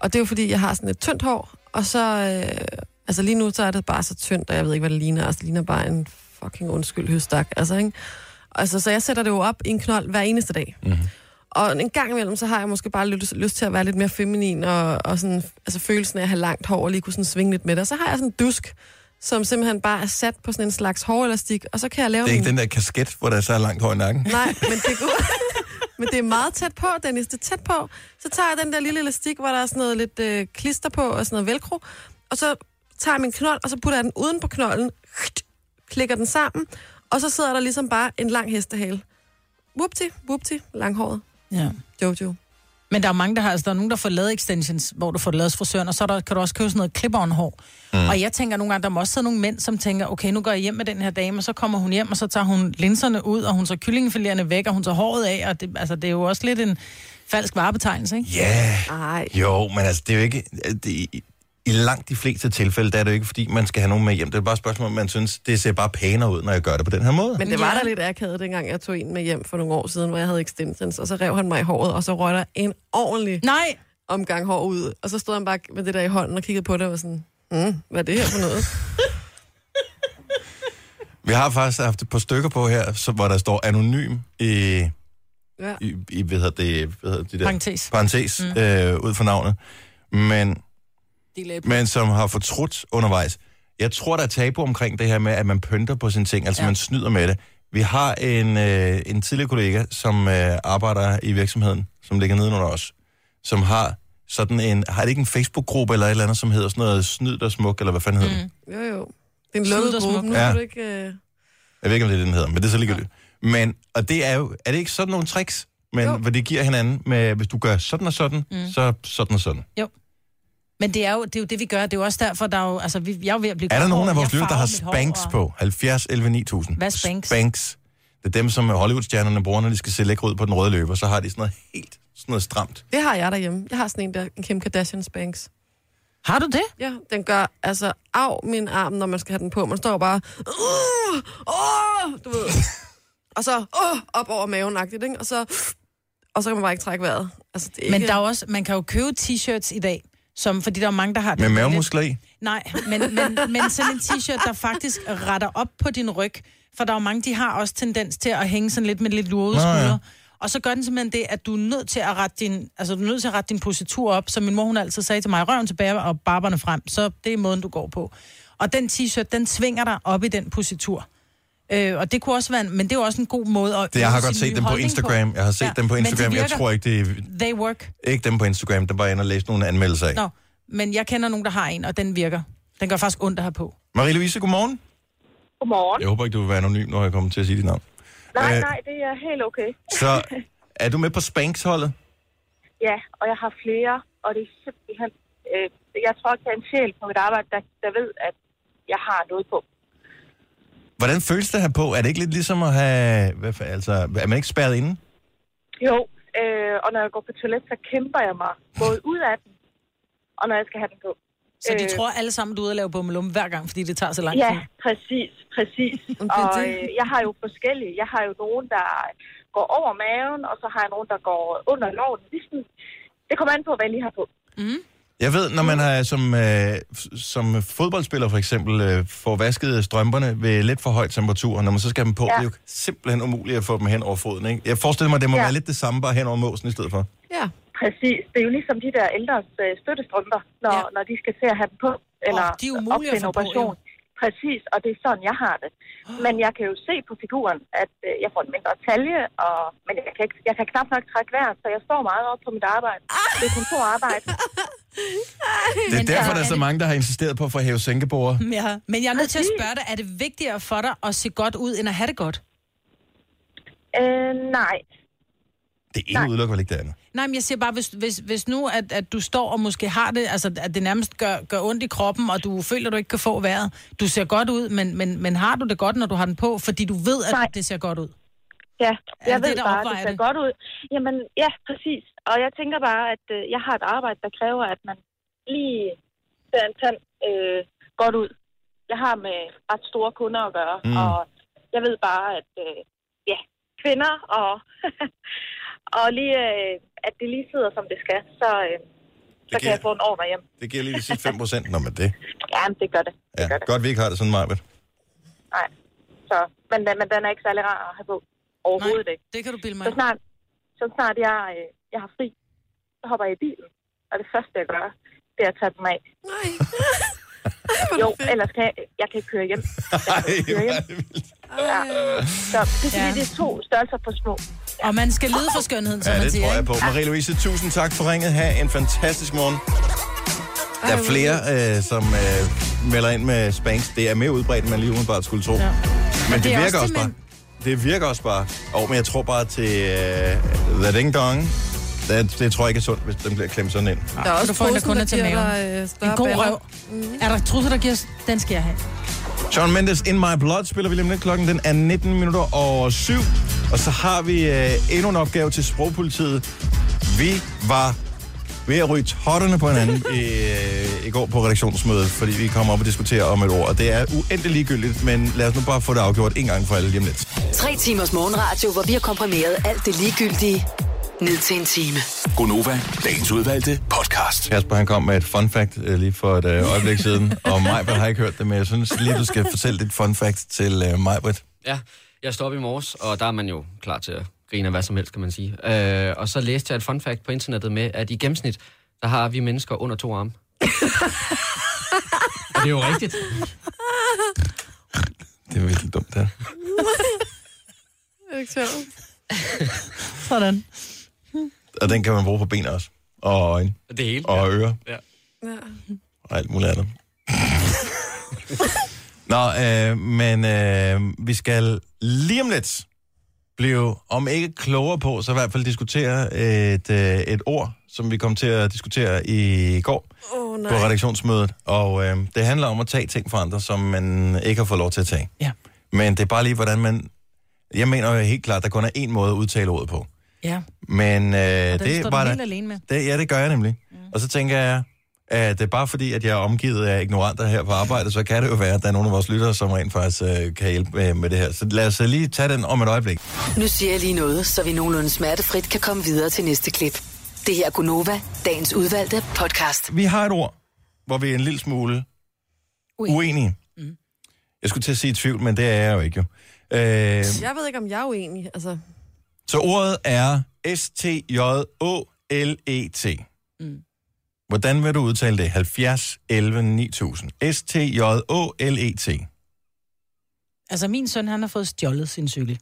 B: og det er jo fordi, jeg har sådan et tyndt hår, og så... Øh, altså lige nu, så er det bare så tyndt, og jeg ved ikke, hvad det ligner. Altså det ligner bare en fucking undskyld høstak. Altså, ikke? Altså, så jeg sætter det jo op i en knold hver eneste dag.
A: Mhm.
B: Mm-hmm. Og en gang imellem, så har jeg måske bare lyst, lyst til at være lidt mere feminin, og, og sådan, altså følelsen af at have langt hår, og lige kunne sådan svinge lidt med det. Og så har jeg sådan en dusk, som simpelthen bare er sat på sådan en slags hårelastik, og så kan jeg lave
A: Det er
B: min-
A: ikke den der kasket, hvor der så er langt hår i nakken.
B: Nej, men det, kunne, men det er meget tæt på, Dennis. Det er tæt på. Så tager jeg den der lille elastik, hvor der er sådan noget lidt øh, klister på og sådan noget velcro. Og så tager jeg min knold, og så putter jeg den uden på knolden. Klikker den sammen. Og så sidder der ligesom bare en lang hestehale. Whoopty, whoopty, langhåret.
C: Ja.
B: Jojo.
C: Men der er mange, der har, altså der er nogen, der får lavet extensions, hvor du får det lavet hos frisøren, og så er der, kan du også købe sådan noget clip hår. Mm. Og jeg tænker nogle gange, der må også sidde nogle mænd, som tænker, okay, nu går jeg hjem med den her dame, og så kommer hun hjem, og så tager hun linserne ud, og hun så kyllingefilererne væk, og hun tager håret af, og det, altså, det er jo også lidt en falsk varebetegnelse, ikke?
A: Ja,
B: Ej.
A: jo, men altså, det er jo ikke... Det, i, I langt de fleste tilfælde, der er det jo ikke, fordi man skal have nogen med hjem. Det er bare et spørgsmål, om man synes, det ser bare pænere ud, når jeg gør det på den her måde.
B: Men det var
C: Ja.
B: da lidt akavet, dengang jeg tog en med hjem for nogle år siden, hvor jeg havde extensions, og så rev han mig i håret, og så røg der en ordentlig
C: Nej,
B: omgang hår ud. Og så stod han bare med det der i hånden og kiggede på det og var sådan, mm, hvad er det her for noget?
A: Vi har faktisk haft et par stykker på her, så, hvor der står anonym i,
B: Ja.
A: i, i hvad hedder det, hvad hedder det der?
C: parentes.
A: Parentes mm. øh, ud for navnet. Men, men som har fortrudt undervejs. Jeg tror, der er tabu omkring det her med, at man pynter på sine ting, altså ja. man snyder med det. Vi har en, øh, en tidligere kollega, som øh, arbejder i virksomheden, som ligger nedenunder os, som har sådan en, har det ikke en Facebook-gruppe eller et eller andet, som hedder sådan noget snyd og smuk, eller hvad fanden hedder mm. den?
B: Jo, jo. Det er en
C: Syd
B: lukket
C: og
B: gruppe.
C: smuk.
B: Nu
A: Ja.
B: ja. du ikke... Øh...
A: Jeg ved ikke, om det er det, den hedder, men det er så ligegyldigt. Ja. Men, og det er jo, er det ikke sådan nogle tricks, men
B: Jo.
A: jo. hvor de giver hinanden med, hvis du gør sådan og sådan, mm. så sådan og sådan.
C: Men det er, jo, det er jo det, vi gør. Det er jo også derfor, der er jo, altså, vi, jeg er jo ved at blive
A: Er der
C: grå
A: nogen af
C: hår.
A: vores
C: Jeg
A: lytter, der har
C: farver mit hår,
A: Spanx
C: og-
A: på? 70, 11, 9000.
C: Hvad er Spanx?
A: Spanx. Det er dem, som Hollywood-stjernerne bruger, når de skal se lækre ud på den røde løber, så har de sådan noget helt sådan noget stramt.
B: Det har jeg derhjemme. Jeg har sådan en der, en Kim Kardashian Spanks.
C: Har du det?
B: Ja, den gør altså af min arm, når man skal have den på. Man står bare... Uh, uh, du ved. og så uh, op over maven ikke? Og så... Og så kan man bare ikke trække vejret. Altså, det er
C: Men
B: ikke...
C: der er jo også, man kan jo købe t-shirts i dag, som, fordi der er mange, der har det.
A: Med
C: lidt-
A: mavemuskler i.
C: Nej, men, men, men sådan en t-shirt, der faktisk retter op på din ryg. For der er jo mange, de har også tendens til at hænge sådan lidt med lidt lurede
A: Nå, ja.
C: skuldre. Og så gør den simpelthen det, at du er nødt til at rette din, altså, du er nødt til at rette din positur op, som min mor hun altid sagde til mig, røven tilbage og barberne frem, så det er måden, du går på. Og den t-shirt, den svinger dig op i den positur. Øh, og det kunne også være, en, men det er jo også en god måde at
A: Det, jeg
C: øve
A: har godt
C: sin
A: set
C: nye
A: dem på
C: holdning
A: Instagram. Jeg har set
C: Ja,
A: dem på
C: men de
A: Instagram. Jeg
C: virker.
A: tror ikke, det er,
C: They work.
A: ikke dem på Instagram. Der var jeg inde og læste nogle anmeldelser af.
C: Nå, men jeg kender nogen, der har en, og den virker. Den gør faktisk ondt at have på.
A: Marie-Louise, godmorgen.
H: Godmorgen.
A: Jeg håber ikke, du vil være anonym, når jeg kommer til at sige dit navn.
H: Nej,
A: Øh,
H: nej, det er helt okay.
A: Så er du med på Spanks-holdet?
H: Ja, og jeg har flere, og det er simpelthen... Øh, jeg tror ikke, der er en sjæl på mit arbejde, der, der ved, at jeg har noget på.
A: Hvordan føles det her på? Er det ikke lidt ligesom at have... Hvad, fa- altså, er man ikke spærret inde?
H: Jo, øh, og når jeg går på toilet, så kæmper jeg mig både ud af den, og når jeg skal have den på.
C: Så de
H: Øh.
C: tror alle sammen, du er ude at lave bummelum hver gang, fordi det tager så lang tid.
H: Ja, præcis, præcis.
B: Men det er
H: Og
B: det.
H: øh, jeg har jo forskellige. Jeg har jo nogen, der går over maven, og så har jeg nogen, der går under loven. Det, er sådan, det kommer an på, hvad jeg lige har på.
A: Jeg ved, når man har, som, øh, f- som fodboldspiller for eksempel øh, får vasket strømperne ved lidt for høj temperatur, og når man så skal have dem på, ja.
H: Ja.
A: det er jo simpelthen umuligt at få dem hen over foden. Ikke? Jeg forestiller mig, det må ja.
H: Ja.
A: være lidt det samme, bare hen over måsen i stedet for.
B: Ja.
H: Præcis. Det er jo ligesom de der ældres øh, støttestrømper, når,
C: Ja.
H: ja. når de skal til at have dem på. Eller
C: de er umulige at
H: op til en
C: få på,
H: operation. Præcis, og det er sådan, jeg har det. Men jeg kan jo se på figuren, at øh, jeg får en mindre talje, og, men jeg kan, ikke- jeg kan knap nok trække vejret, så jeg står meget op på mit arbejde.
C: Ah!
H: Det er kontorarbejde.
A: Det er
C: Men
A: derfor,
C: der
A: der er
C: er
A: så
C: det-
A: mange, der har insisteret på at få hæve sænkebord.
C: Ja. Men jeg er nødt til at spørge dig, er det vigtigere for dig at se godt ud, end at have det godt?
H: Øh, nej.
A: Det ene udelukker vel ikke det andet.
C: Nej, men jeg siger bare, hvis, hvis, hvis nu, at, at du står og måske har det, altså at det nærmest gør, gør ondt i kroppen, og du føler, at du ikke kan få vejret. Du ser godt ud, men, men, men har du det godt, når du har den på? Fordi du ved, at
H: Nej.
C: det ser godt ud.
H: Ja, jeg
C: det,
H: ved
C: der
H: bare, at det
C: opvejer
H: ser
C: det?
H: godt ud. Jamen, ja, præcis. Og jeg tænker bare, at øh, jeg har et arbejde, der kræver, at man lige ser en tand øh, godt ud. Jeg har med ret store kunder at gøre,
A: Mm.
H: mm. og jeg ved bare, at øh, ja, kvinder og, og lige, øh, at det lige sidder, som det skal, så, øh, så kan
A: giver-
H: jeg få en ordre hjem.
A: Det giver lige de sidste 5 procent. Nå, men det.
H: Jamen, det gør det. Det
A: Ja.
H: gør det.
A: Godt, vi ikke har det sådan, Marbet.
H: Nej. Så, men, den- men den er ikke særlig rar at have på. Overhovedet ikke.
C: Det kan du bilde mig.
H: Så
C: ind.
H: snart, så snart jeg, øh, jeg har fri, så hopper jeg i bilen. Og det første, jeg gør, det er at tage dem af.
B: Nej.
H: Jo, ellers kan jeg, jeg kan ikke køre hjem.
A: Ej, hvor er det vildt.
H: Ja. Så det, er
C: Ja.
H: fordi, det er to størrelser for små.
C: Og man skal lede for skønheden, som
A: Ja,
C: man
A: det
C: siger.
A: tror jeg
C: ikke?
A: på. Marie-Louise, tusind tak for ringet. Ha' en fantastisk morgen. Der er flere, øh, som øh, melder ind med spanks. Det er mere udbredt, end man lige umiddelbart skulle tro. Ja. Men det,
C: det er
A: virker også,
C: også til
A: bare.
C: mænd.
A: Det virker også bare. Og, men jeg tror bare til øh, The Ding Dong. Det, det tror jeg ikke er sundt, hvis den bliver klemt sådan ind.
B: Der er også
C: Du får en, der
B: posen,
C: kun
B: der
C: er til
B: giver
C: maven.
B: dig, øh,
C: En
B: større
C: god
B: baller.
C: røv. Er der trusser, der giver os? Den skal jeg have.
A: John Mendes In My Blood spiller vi lige om lidt. Klokken den er 19 minutter over 7. Og så har vi øh, endnu en opgave til sprogpolitiet. Vi var ved at ryge totterne på hinanden i, øh, i går på redaktionsmødet, fordi vi kommer op og diskuterer om et ord. Og det er uendelig ligegyldigt, men lad os nu bare få det afgjort en gang for alle lige om lidt.
E: Tre timers morgenradio, hvor vi har komprimeret alt det ligegyldige ned til en time.
F: Gonova, dagens udvalgte podcast.
A: Kasper han kom med et fun fact øh, lige for et øh, øjeblik siden, og Majbert har ikke hørt det, men jeg synes lige, du skal fortælle dit fun fact til øh, Majbert.
D: Ja, jeg stod op i morges, og der er man jo klar til at grine af hvad som helst, kan man sige. Øh, og så læste jeg et fun fact på internettet med, at i gennemsnit, der har vi mennesker under to arme. og det er jo rigtigt.
A: Det er virkelig dumt, der.
B: Er du ikke sjov?
C: Sådan.
A: Og den kan man bruge på ben også, og øjne,
D: Det hele.
A: og ører.
B: Ja.
A: og alt muligt andet. Nå, øh, men øh, vi skal lige om lidt blive, om ikke klogere på, så i hvert fald diskutere et, øh, et ord, som vi kom til at diskutere i går
B: Åh,
A: på
B: nej.
A: redaktionsmødet. Og øh, det handler om at tage ting fra andre, som man ikke har fået lov til at tage.
C: Ja.
A: Men det er bare lige, hvordan man... Jeg mener jo helt klart, at der kun er én måde at udtale ordet på.
C: Ja,
A: Men øh,
C: og den står
A: det
C: du
A: var
C: helt
A: der
C: alene med.
A: det, ja, det gør jeg nemlig. Mm. Og så tænker jeg, at det er bare fordi, at jeg er omgivet af ignoranter her på arbejde, så kan det jo være, at der er nogle af vores lyttere, som rent faktisk øh, kan hjælpe med, med det her. Så lad os øh, lige tage den om et øjeblik.
E: Nu siger jeg lige noget, så vi nogenlunde smertefrit kan komme videre til næste klip. Det her er Gunova, dagens udvalgte podcast.
A: Vi har et ord, hvor vi er en lille smule
C: Uenige.
A: uenige. uenige. Mm. Jeg skulle til at sige i tvivl, men det er jeg jo ikke jo. Øh,
B: Jeg ved ikke, om jeg er uenig. Altså,
A: så ordet er S-T-J-O-L-E-T.
C: Mm.
A: E Hvordan vil du udtale det? 70 11 9000. S-T-J-O-L-E-T.
C: Altså, min søn, han har fået stjålet sin cykel.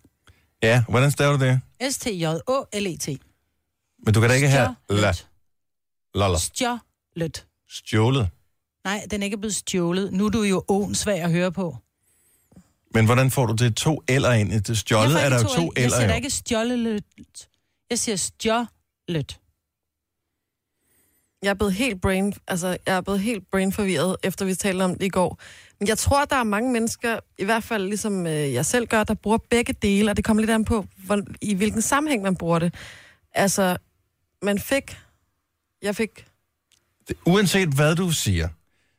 A: Ja, hvordan staver du det?
C: S-T-J-O-L-E-T.
A: Men du kan da ikke have la,
C: E Stjålet.
A: lala,
C: Stjålet.
A: stjålet.
C: Nej, den er ikke blevet stjålet. Nu er du jo åndssvag at høre på.
A: Men hvordan får du det to eller ind? i Det
C: Jeg
A: stjålet
C: får
A: er der jo
C: ikke
A: to
C: Jeg
A: eller
C: siger da
A: jo.
C: ikke stjålet. Jeg siger stjålet.
B: jeg er blevet helt brain, altså, jeg er blevet helt brain forvirret, efter vi talte om det i går. Men jeg tror, der er mange mennesker, i hvert fald ligesom øh, jeg selv gør, der bruger begge dele, og det kommer lidt an på, hvor, i hvilken sammenhæng man bruger det. Altså, man fik... Jeg fik...
A: Uanset hvad du siger,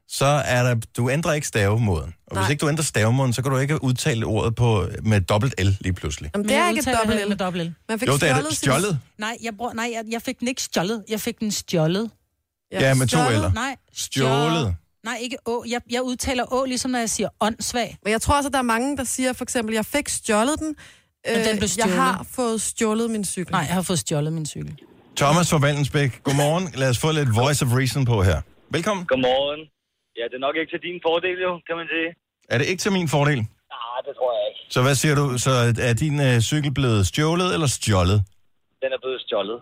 A: så er der, du ændrer ikke stavemåden. Og hvis
B: Nej.
A: ikke du ændrer stavemåden, så kan du ikke udtale ordet på, med dobbelt L lige pludselig.
B: Jamen, det er
C: Jeg
B: ikke et
C: udtaler
B: dobbelt
C: heller
B: L.
C: ikke med dobbelt L.
B: Man fik
A: Jo, det er
B: stjålet
A: det.
B: sin-
A: Stjålet?
C: Nej, jeg, bruger, nej jeg, jeg, fik den ikke stjålet. Jeg fik den stjålet.
A: Ja, med to
B: stjålet.
A: L'er.
C: Nej,
A: Stjålet.
C: Nej, ikke å. Jeg, jeg udtaler å, ligesom når jeg siger åndssvag.
B: Men jeg tror også, at der er mange, der siger for eksempel, jeg fik stjålet den, øh,
C: den blev
B: jeg
C: stjålet.
B: har fået stjålet min cykel.
C: Nej, jeg har fået stjålet min cykel.
A: Thomas fra Vallensbæk, godmorgen. Lad os få lidt voice of reason på her. Velkommen.
G: Godmorgen. Ja, det er nok ikke til din fordel jo, kan man sige.
A: Er det ikke til min fordel?
I: Nej, det tror jeg ikke.
A: Så hvad siger du? Så er din øh, cykel blevet stjålet eller stjålet?
I: Den er blevet stjålet.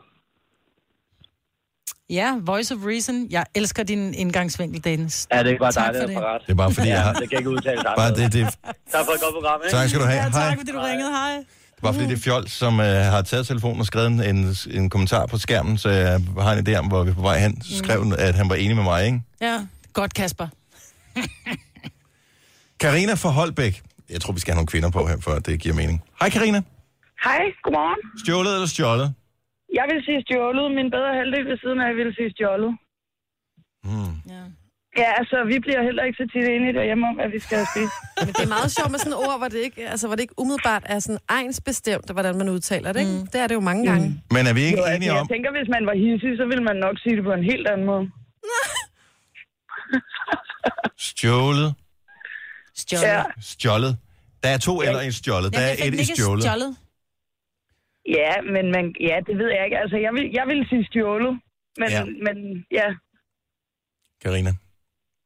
C: Ja, Voice of Reason. Jeg elsker din indgangsvinkel, Dennis.
I: Ja, det er ikke bare dig,
C: Tak for
I: der er
C: det.
I: parat.
A: Det er bare fordi, jeg har...
I: Det kan jeg ikke udtale dig.
A: Bare det, det,
I: Tak for et godt program, ikke?
A: tak skal du have.
C: Ja,
A: Hej.
C: tak, fordi du ringede. Hej.
A: Bare fordi det er fjol, som øh, har taget telefonen og skrevet en, en, en kommentar på skærmen, så jeg har en idé om, hvor vi er på vej hen.
C: Mm.
A: Så skrev den, at han var enig med mig, ikke?
C: Ja, godt, Kasper.
A: Karina fra Holbæk. Jeg tror, vi skal have nogle kvinder på her, for at det giver mening. Hej Karina.
H: Hej, godmorgen.
A: Stjålet eller stjålet?
H: Jeg vil sige stjålet. Min bedre halvdel ved siden af, jeg vil sige stjålet.
A: Hmm.
C: Ja.
H: Ja, altså, vi bliver heller ikke så tit enige derhjemme om, at vi skal have spist.
B: Men det er meget sjovt med sådan et ord, hvor det ikke, altså, hvor det ikke umiddelbart er sådan egensbestemt, hvordan man udtaler det. Ikke? Mm. Det er det jo mange gange. Mm.
A: Men er vi ikke
H: Jo,
A: jo,
H: altså,
A: enige
H: jeg
A: om...
H: tænker, hvis man var hissig, så ville man nok sige det på en helt anden måde.
A: Stjålet,
C: Stjålet.
H: Ja.
A: stjålet. Der er to eller i stjålet. Der
C: Jeg
A: er
C: kan
A: et
C: fandme
A: i
C: ikke
A: stjålet.
C: stjålet.
H: Ja, men man, ja, det ved jeg ikke. Altså, jeg vil, jeg vil sige stjålet. Men
A: Ja.
H: ja, men, ja
A: Karina.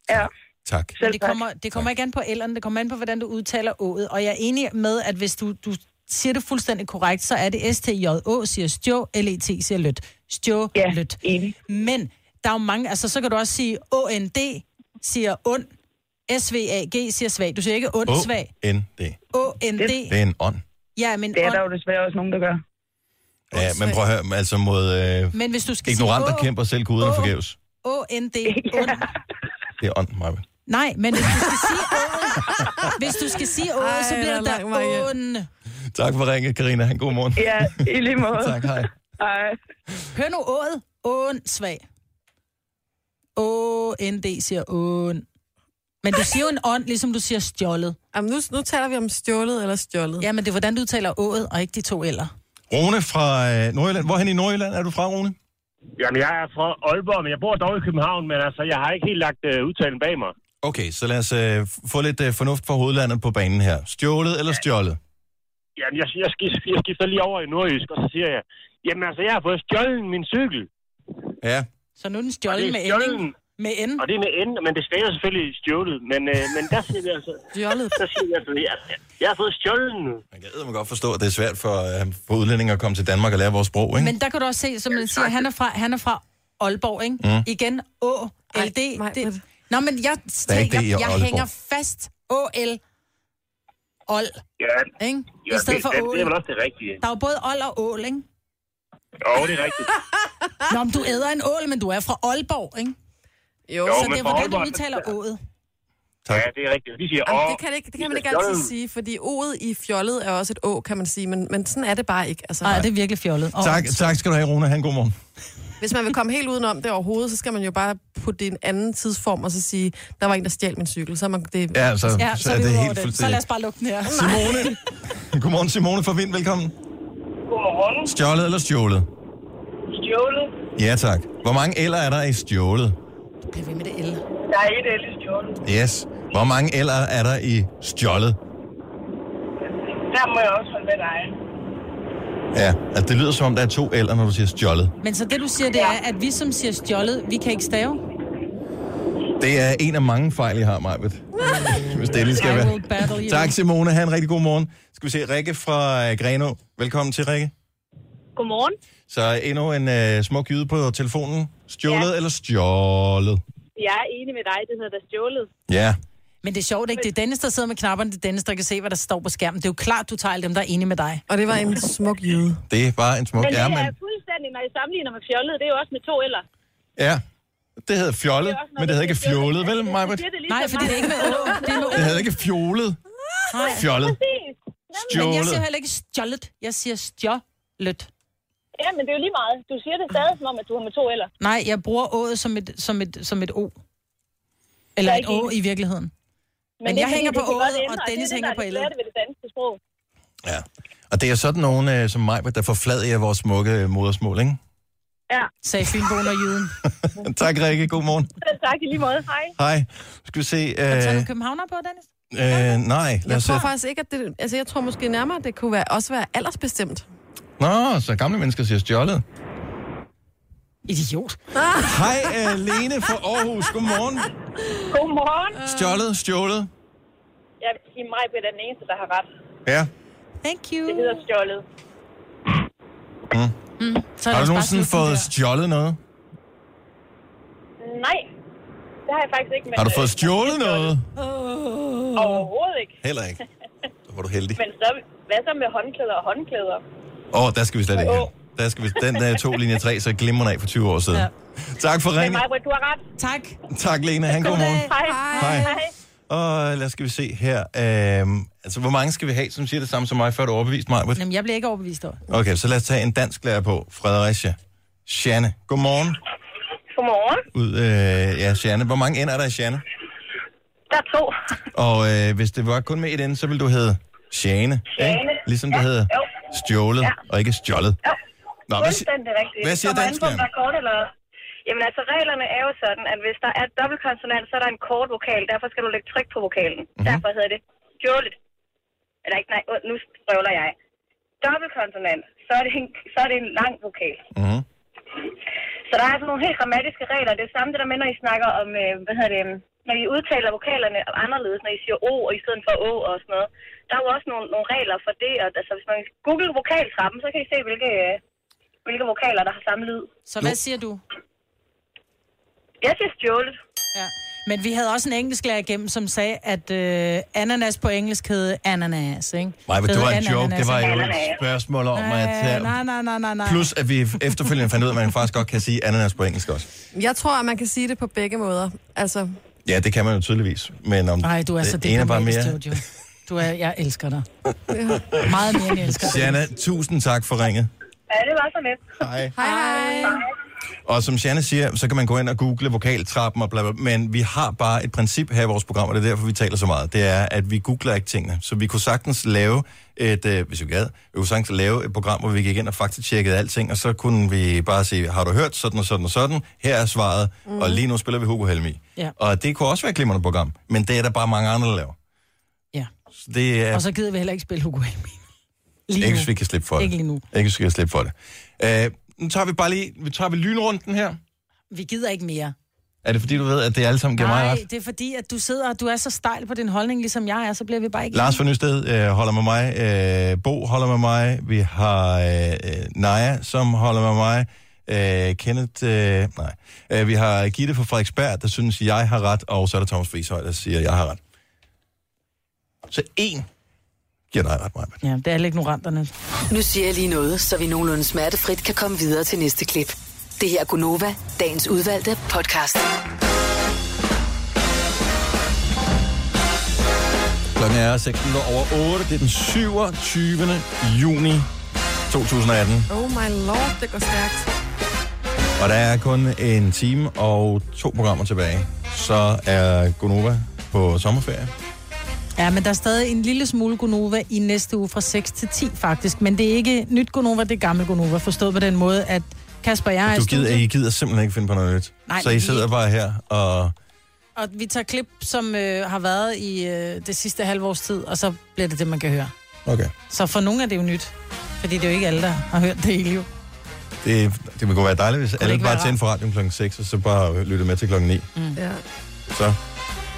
H: Ja.
A: Tak.
H: selv
C: Men det
H: tak.
C: kommer, det kommer ikke an på ældrene, det kommer an på, hvordan du udtaler ået. Og jeg er enig med, at hvis du, du siger det fuldstændig korrekt, så er det STJÅ siger stjå, LET siger lødt. Stjå,
H: Ja,
C: lødt.
H: enig.
C: Men der er jo mange, altså så kan du også sige OND siger ond, SVAG siger svag. Du siger ikke ond oh. svag.
A: O-N-D. Det
C: OND,
A: er en ånd.
C: ja, men
H: Det er
C: ond.
H: der jo desværre også nogen, der gør.
A: Ja, men prøv at høre, men altså mod øh,
C: Men hvis du skal
A: ignoranter
C: sige
A: kæmper selv guderne
C: Åh.
A: forgæves.
C: OND, ond.
A: Det er ånd, Marvin.
C: Nej, men hvis du skal sige åen, hvis du skal sige åen, så
B: Ej,
C: bliver
B: hvor
C: der
B: lang vej hjem.
C: åen.
A: Tak for ringet, Karina. Han god morgen.
H: Ja, i lige måde.
A: Tak, hej.
H: Hej.
C: Hør nu ået. Åen svag. O-N-D siger åen. Men du siger jo en ånd, ligesom du siger stjålet.
B: Jamen, nu, nu taler vi om stjålet eller stjålet.
C: Ja, men det er, hvordan du udtaler ået, og ikke de to eller.
A: Rune fra øh, Nordjylland. Hvorhen i Nordjylland er du fra, Rune?
J: Jamen, jeg er fra Aalborg, men jeg bor dog i København, men altså, jeg har ikke helt lagt øh, udtalen bag mig.
A: Okay, så lad os øh, få lidt øh, fornuft fra hovedlandet på banen her. Stjålet eller stjålet?
J: Jamen, jeg, jeg, skif- jeg skifter lige over i nordjysk, og så siger jeg, jamen altså, jeg har fået stjålet min cykel.
A: Ja.
C: Så nu er
J: Og
C: den
J: det
C: stjålet
J: er
C: med
J: stjålet,
C: ending. Med end.
J: og det er med N, men det stager selvfølgelig stjålet. Men, øh, men der siger vi altså,
B: Stjålet.
J: der siger vi altså, jeg, jeg har fået stjålet nu.
A: Man kan eddermame godt forstå, at det er svært for, øh, for udlændinge at komme til Danmark og lære vores sprog, ikke?
C: Men der kan du også se, som man siger, han er fra, han er fra Aalborg, ikke? Mm. Igen, Å,
B: Ej,
C: L, D.
B: mig,
C: det-
B: Britt.
C: Nå, men jeg, jeg,
A: ikke det i
C: jeg, jeg
A: Aalborg.
C: hænger fast. Å, L, Ål,
J: Ja,
C: ikke?
J: ja
C: I stedet for
J: det, det, det er
C: ål.
J: vel også det rigtige.
C: Der er jo både ål og ål, ikke?
J: Jo, det er rigtigt.
C: Nå, men du æder en ål, men du er fra Aalborg, ikke?
B: Jo,
J: Jo,
C: Så
J: men
C: det er,
J: fra
C: hvordan du
J: Aalborg,
C: udtaler ået.
A: Tak.
J: Ja, det er rigtigt. Vi siger,
B: Jamen,
J: åh,
B: det, kan det, ikke, det kan man
J: det
B: ikke
J: er
B: altid
J: fjollet.
B: sige, fordi ordet i fjollet er også et å, kan man sige, men, men sådan er det bare ikke. Altså,
C: Nej, det er virkelig fjollet. Og
A: Tak, tak skal du have, Rune. Han god morgen.
B: Hvis man vil komme helt udenom det overhovedet, så skal man jo bare putte det i en anden tidsform og så sige, der var en, der stjal min cykel. Så er man, det,
A: Ja, altså, så,
C: Ja, så,
A: så er det
C: ude over
A: helt
C: den. Så lad os
A: fuldstændig.
C: bare lukke den her.
A: Simone. Godmorgen, Simone fra Vind. Velkommen.
I: Godmorgen.
A: Stjålet eller stjålet?
I: Stjålet.
A: Ja, tak. Hvor mange eller er der i stjålet?
C: Du bliver ved med det el.
I: Der er et el i stjålet.
A: Yes. Hvor mange eller er der i stjålet?
I: Der må jeg også holde med dig.
A: Ja, altså det lyder som om, der er to eller, når du siger stjålet.
C: Men så det, du siger, det er, at vi som siger stjålet, vi kan ikke stave.
A: Det er en af mange fejl, jeg har, Majbet. Hvis det endelig skal
C: I
A: være.
C: will battle you.
A: Tak, Simone. Ha' en rigtig god morgen. Skal vi se Rikke fra øh, Grenå. Velkommen til, Rikke.
H: Godmorgen.
A: Så endnu en øh, smuk jyde på telefonen. Stjålet ja. eller stjålet?
H: Jeg er enig med dig, det hedder da stjålet.
A: Ja.
C: Men det er sjovt, ikke? Det er Dennis, der sidder med knapperne. Det er Dennis, der kan se, hvad der står på skærmen. Det er jo klart, du tager alle dem, der er enige med dig.
B: og det var en smuk jyde.
A: Det var en smuk...
H: Men
A: Ja,
H: det
A: men,
H: er fuldstændig, når I sammenligner med fjollet, det er jo også med to eller.
A: ja. Det hedder fjollet, men det hedder ikke fjollet, vel, Majbet?
C: Nej, fordi det er ikke med å. Det er med
A: Det
C: å.
A: hedder ikke fjollet. Fjollet.
H: Præcis.
C: Men jeg siger jo
A: Stjålet.
C: heller ikke stjålet. Jeg siger stjålet.
H: Ja, men det er jo lige meget. Du siger det stadig som om, at du har med to eller.
C: Nej, jeg bruger ået som et, som et, som et o. Eller
H: Jeg er
C: et
H: ikke
C: å
H: enig.
C: i virkeligheden.
H: Men,
C: Men
H: det er
C: jeg
H: fordi,
C: hænger
H: det
C: på
H: kan godt
C: ået,
H: ændre,
C: og
H: det er
C: Dennis
H: det,
C: hænger
H: der er
C: på
H: det
C: ellet.
H: svære ved det danske sprog.
A: Ja. Og det er sådan nogen øh, som mig, der forfladiger vores smukke øh, modersmål, ikke?
C: Sagde Fynboen og Jyden.
A: tak, Rikke. God morgen.
H: Selv tak i lige måde. Hej.
A: Hej. Skal vi se...
C: Så er
A: Øh,
C: du københavner på, Dennis?
A: øh, nej, lad
B: Jeg
A: os se.
B: tror faktisk ikke, at det... Altså, jeg tror måske nærmere, at det kunne være, også være aldersbestemt.
A: Nå, så gamle mennesker siger stjålet.
C: Idiot.
A: Hej, øh, Lene fra Aarhus. Godmorgen.
H: Godmorgen.
A: Stjålet, stjålet.
I: jeg vil sige, mig bliver den eneste, der har ret.
A: Ja.
C: Thank you.
I: Det hedder stjålet.
A: Mm.
C: Mm. Så
A: Har du nogensinde fået stjålet noget?
I: Nej, det har jeg faktisk ikke. Men,
A: Har du
I: øh,
A: fået stjålet noget?
I: Øh, overhovedet ikke.
A: Heller ikke. Så var du heldig.
I: Men så, hvad så med håndklæder og håndklæder?
A: Åh, oh, der skal vi slet ikke hen. Der skal vi, den der to linje 3, så glimmer af for 20 år siden. Ja. Tak for
I: Men
A: ringen.
I: mig, du har ret.
C: Tak.
A: Tak, Lena. Han god morgen.
I: Hej.
A: Hej. Og øh, lad os skal vi se her. Øhm, altså, hvor mange skal vi have, som siger det samme som mig, før du er overbevist mig?
C: Jamen, jeg bliver ikke overbevist over.
A: Okay, så lad os tage en dansk lærer på. Fredericia. Sjanne. Godmorgen.
I: Godmorgen.
A: Ud, øh, ja, Sjanne. Hvor mange ender er der i Sjanne?
I: Der er to.
A: Og øh, hvis det var kun med et ende, så ville du hedde Sjane.
I: Sjane.
A: Ikke? Ligesom det hedder stjålet, og ikke stjålet. Nå, hvad, si-
I: Fuldstændig rigtigt.
A: hvad siger
I: Kommer an på,
A: danskerne?
I: om der er kort eller... Jamen altså, reglerne er jo sådan, at hvis der er dobbeltkonsonant, så er der en kort vokal. Derfor skal du lægge tryk på vokalen.
A: Mhm.
I: Mm-hmm. Derfor hedder det stjålet. Eller ikke, nej, nu sprøvler jeg. Dobbeltkonsonant, så er det en, så er det en lang vokal.
A: Mhm.
I: Så der er altså nogle helt grammatiske regler. Det er samme det der med, når I snakker om, øh, hvad hedder det, øhm, når I udtaler vokalerne anderledes, når I siger O og i stedet for Å og sådan noget. Der er jo også nogle, nogle regler for det, og altså hvis man googler vokaltrappen, så kan I se, hvilke, øh, hvilke vokaler, der har samme lyd.
C: Så hvad siger du?
I: Jeg siger stjålet.
C: Ja. Men vi havde også en engelsklærer igennem, som sagde, at øh, ananas på engelsk hed ananas, ikke?
A: Nej, men det
C: Hed
A: var en
C: ananas,
A: joke. Det var jo
C: ikke?
A: et spørgsmål om, at...
C: Nej,
A: øh,
C: nej, nej, nej, nej, nej.
A: Plus, at vi efterfølgende fandt ud af, at man faktisk godt kan sige ananas på engelsk også.
B: Jeg tror, at man kan sige det på begge måder. Altså,
A: Ja, det kan man jo tydeligvis. Men om
C: Nej, du er så
A: det ene er bare
C: diplomatisk,
A: mere...
C: Jojo. Du er, jeg elsker dig. Meget mere, end jeg elsker dig.
A: Shanna, tusind tak for ringet.
I: Ja, det var så lidt.
A: Hej.
B: hej hej.
A: Og som Shanna siger, så kan man gå ind og google vokaltrappen og bla, bla, bla. Men vi har bare et princip her i vores program, og det er derfor, vi taler så meget. Det er, at vi googler ikke tingene. Så vi kunne sagtens lave et, øh, hvis vi gad, vi kunne sagtens lave et program, hvor vi gik ind og faktatjekkede alting, og så kunne vi bare sige, har du hørt sådan og sådan og sådan? Her er svaret, mm. og lige nu spiller vi Hugo Helmi.
C: Ja.
A: Og det kunne også være et glimrende program, men det er der bare mange andre, der laver.
C: Ja.
A: Så det er...
C: Og så gider vi heller ikke spille Hugo Helmi. Lige
A: Ikke
C: nu.
A: hvis vi kan slippe for det.
C: Ikke lige nu.
A: Ikke hvis vi kan slippe for det. Øh, nu tager vi bare lige, vi tager vi lynrunden her.
C: Vi gider ikke mere.
A: Er det fordi, du ved, at det alle sammen giver mig
C: Nej,
A: ret?
C: det er fordi, at du sidder og du er så stejl på din holdning, ligesom jeg er, så bliver vi bare ikke...
A: Lars fra Nysted øh, holder med mig, øh, Bo holder med mig, vi har øh, øh, Naja, som holder med mig, øh, Kenneth, øh, nej, øh, vi har Gitte fra Frederiksberg, der synes, jeg har ret, og så er der Thomas Friishøj, der siger, jeg har ret. Så en giver dig ret, mig.
C: Ja, det er alle ignoranterne.
E: Nu siger jeg lige noget, så vi nogenlunde smertefrit kan komme videre til næste klip. Det her er Gunova, dagens udvalgte podcast.
A: Klokken er 6 minutter over 8. Det er den 27. juni 2018.
B: Oh my lord, det går stærkt.
A: Og der er kun en time og to programmer tilbage. Så er Gonova på sommerferie.
C: Ja, men der er stadig en lille smule Gonova i næste uge fra 6 til 10 faktisk. Men det er ikke nyt Gonova, det er gammel Gonova. Forstået på den måde, at Kasper og jeg er i
A: Du gider,
C: studiet,
A: I gider simpelthen ikke finde på noget nyt.
C: Nej,
A: så I
C: vi-
A: sidder bare her og...
C: og vi tager klip, som øh, har været i øh, det sidste halve års tid, og så bliver det det, man kan høre.
A: Okay.
C: Så for nogle er det jo nyt, fordi det er jo ikke alle, der har hørt det hele jo.
A: Det, det ville kunne være dejligt, hvis alle
C: ikke
A: bare
C: være Mm.
A: tændte for radioen klokken 6, og så bare lyttede med til klokken 9.
B: Ja.
A: Så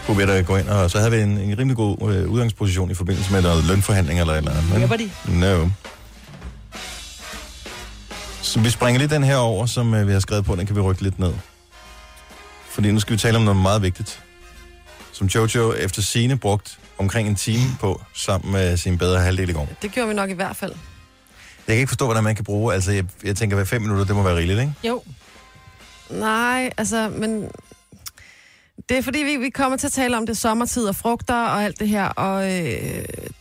A: kunne vi da gå ind, og så havde vi en, en rimelig god øh, udgangsposition i forbindelse med noget lønforhandling eller et eller andet. Men-
C: Hjælper de?
A: No. Så vi springer lige den her over, som øh, vi har skrevet på. Den kan vi rykke lidt ned. Fordi nu skal vi tale om noget meget vigtigt. Som Jojo efter sine brugt omkring en time på, sammen med sin bedre halvdel i går.
B: Det gjorde vi nok i hvert fald.
A: Jeg kan ikke forstå, hvordan man kan bruge... Altså, jeg, jeg tænker, hver fem minutter, det må være rigeligt, ikke?
C: Jo,
B: Nej, altså, men... Det er fordi, vi, vi kommer til at tale om det sommertid og frugter og alt det her, og øh,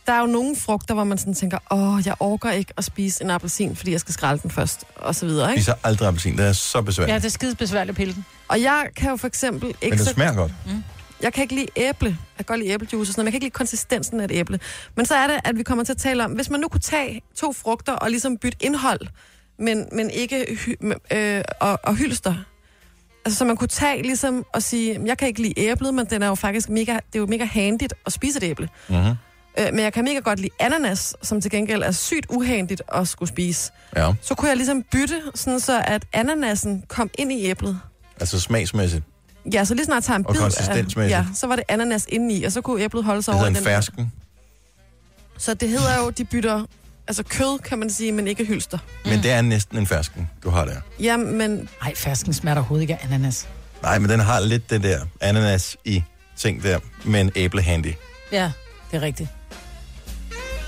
B: der er jo nogle frugter, hvor man sådan tænker, åh, jeg orker ikke at spise en appelsin, fordi jeg skal skrælle den først, og så videre,
A: Vi
B: ikke?
A: så aldrig appelsin. Det er så
C: ja,
A: besværligt.
C: det er skide besværligt at pille den.
B: Og jeg kan jo for eksempel
A: Men
B: ikke...
A: det
B: så-
A: smager godt.
B: Jeg kan ikke lide æble. Jeg kan godt lide æblejuice og sådan noget, men jeg kan ikke lide konsistensen af et æble. Men så er det, at vi kommer til at tale om, hvis man nu kunne tage to frugter og ligesom bytte indhold, men, men ikke hy, m- øh, og, og hylster. Altså, så man kunne tage ligesom og sige, jeg kan ikke lide æblet, men den er jo faktisk mega, det er jo mega handigt at spise et æble.
A: Mm-hmm.
B: Øh, men jeg kan mega godt lide ananas, som til gengæld er sygt uhandigt at skulle spise.
A: Ja,
B: Så kunne jeg ligesom bytte, sådan så at ananasen kom ind i æblet.
A: altså smagsmæssigt.
B: Ja, så lige snart jeg tager en
A: Og
B: bid af,
A: konsistensmæssigt.
B: ja, så var det ananas indeni, og så kunne æblet holde sig
A: Det hedder
B: over i
A: en
B: den.
A: fersken.
B: Så det hedder jo, de bytter, altså kød kan man sige, men ikke hylster.
A: Men det er næsten en fersken, du har der.
B: Ja, men...
C: Ej, fersken smager overhovedet ikke af ananas.
A: Nej, men den har lidt det der ananas i ting der, men æblehandy.
C: Ja, det er rigtigt.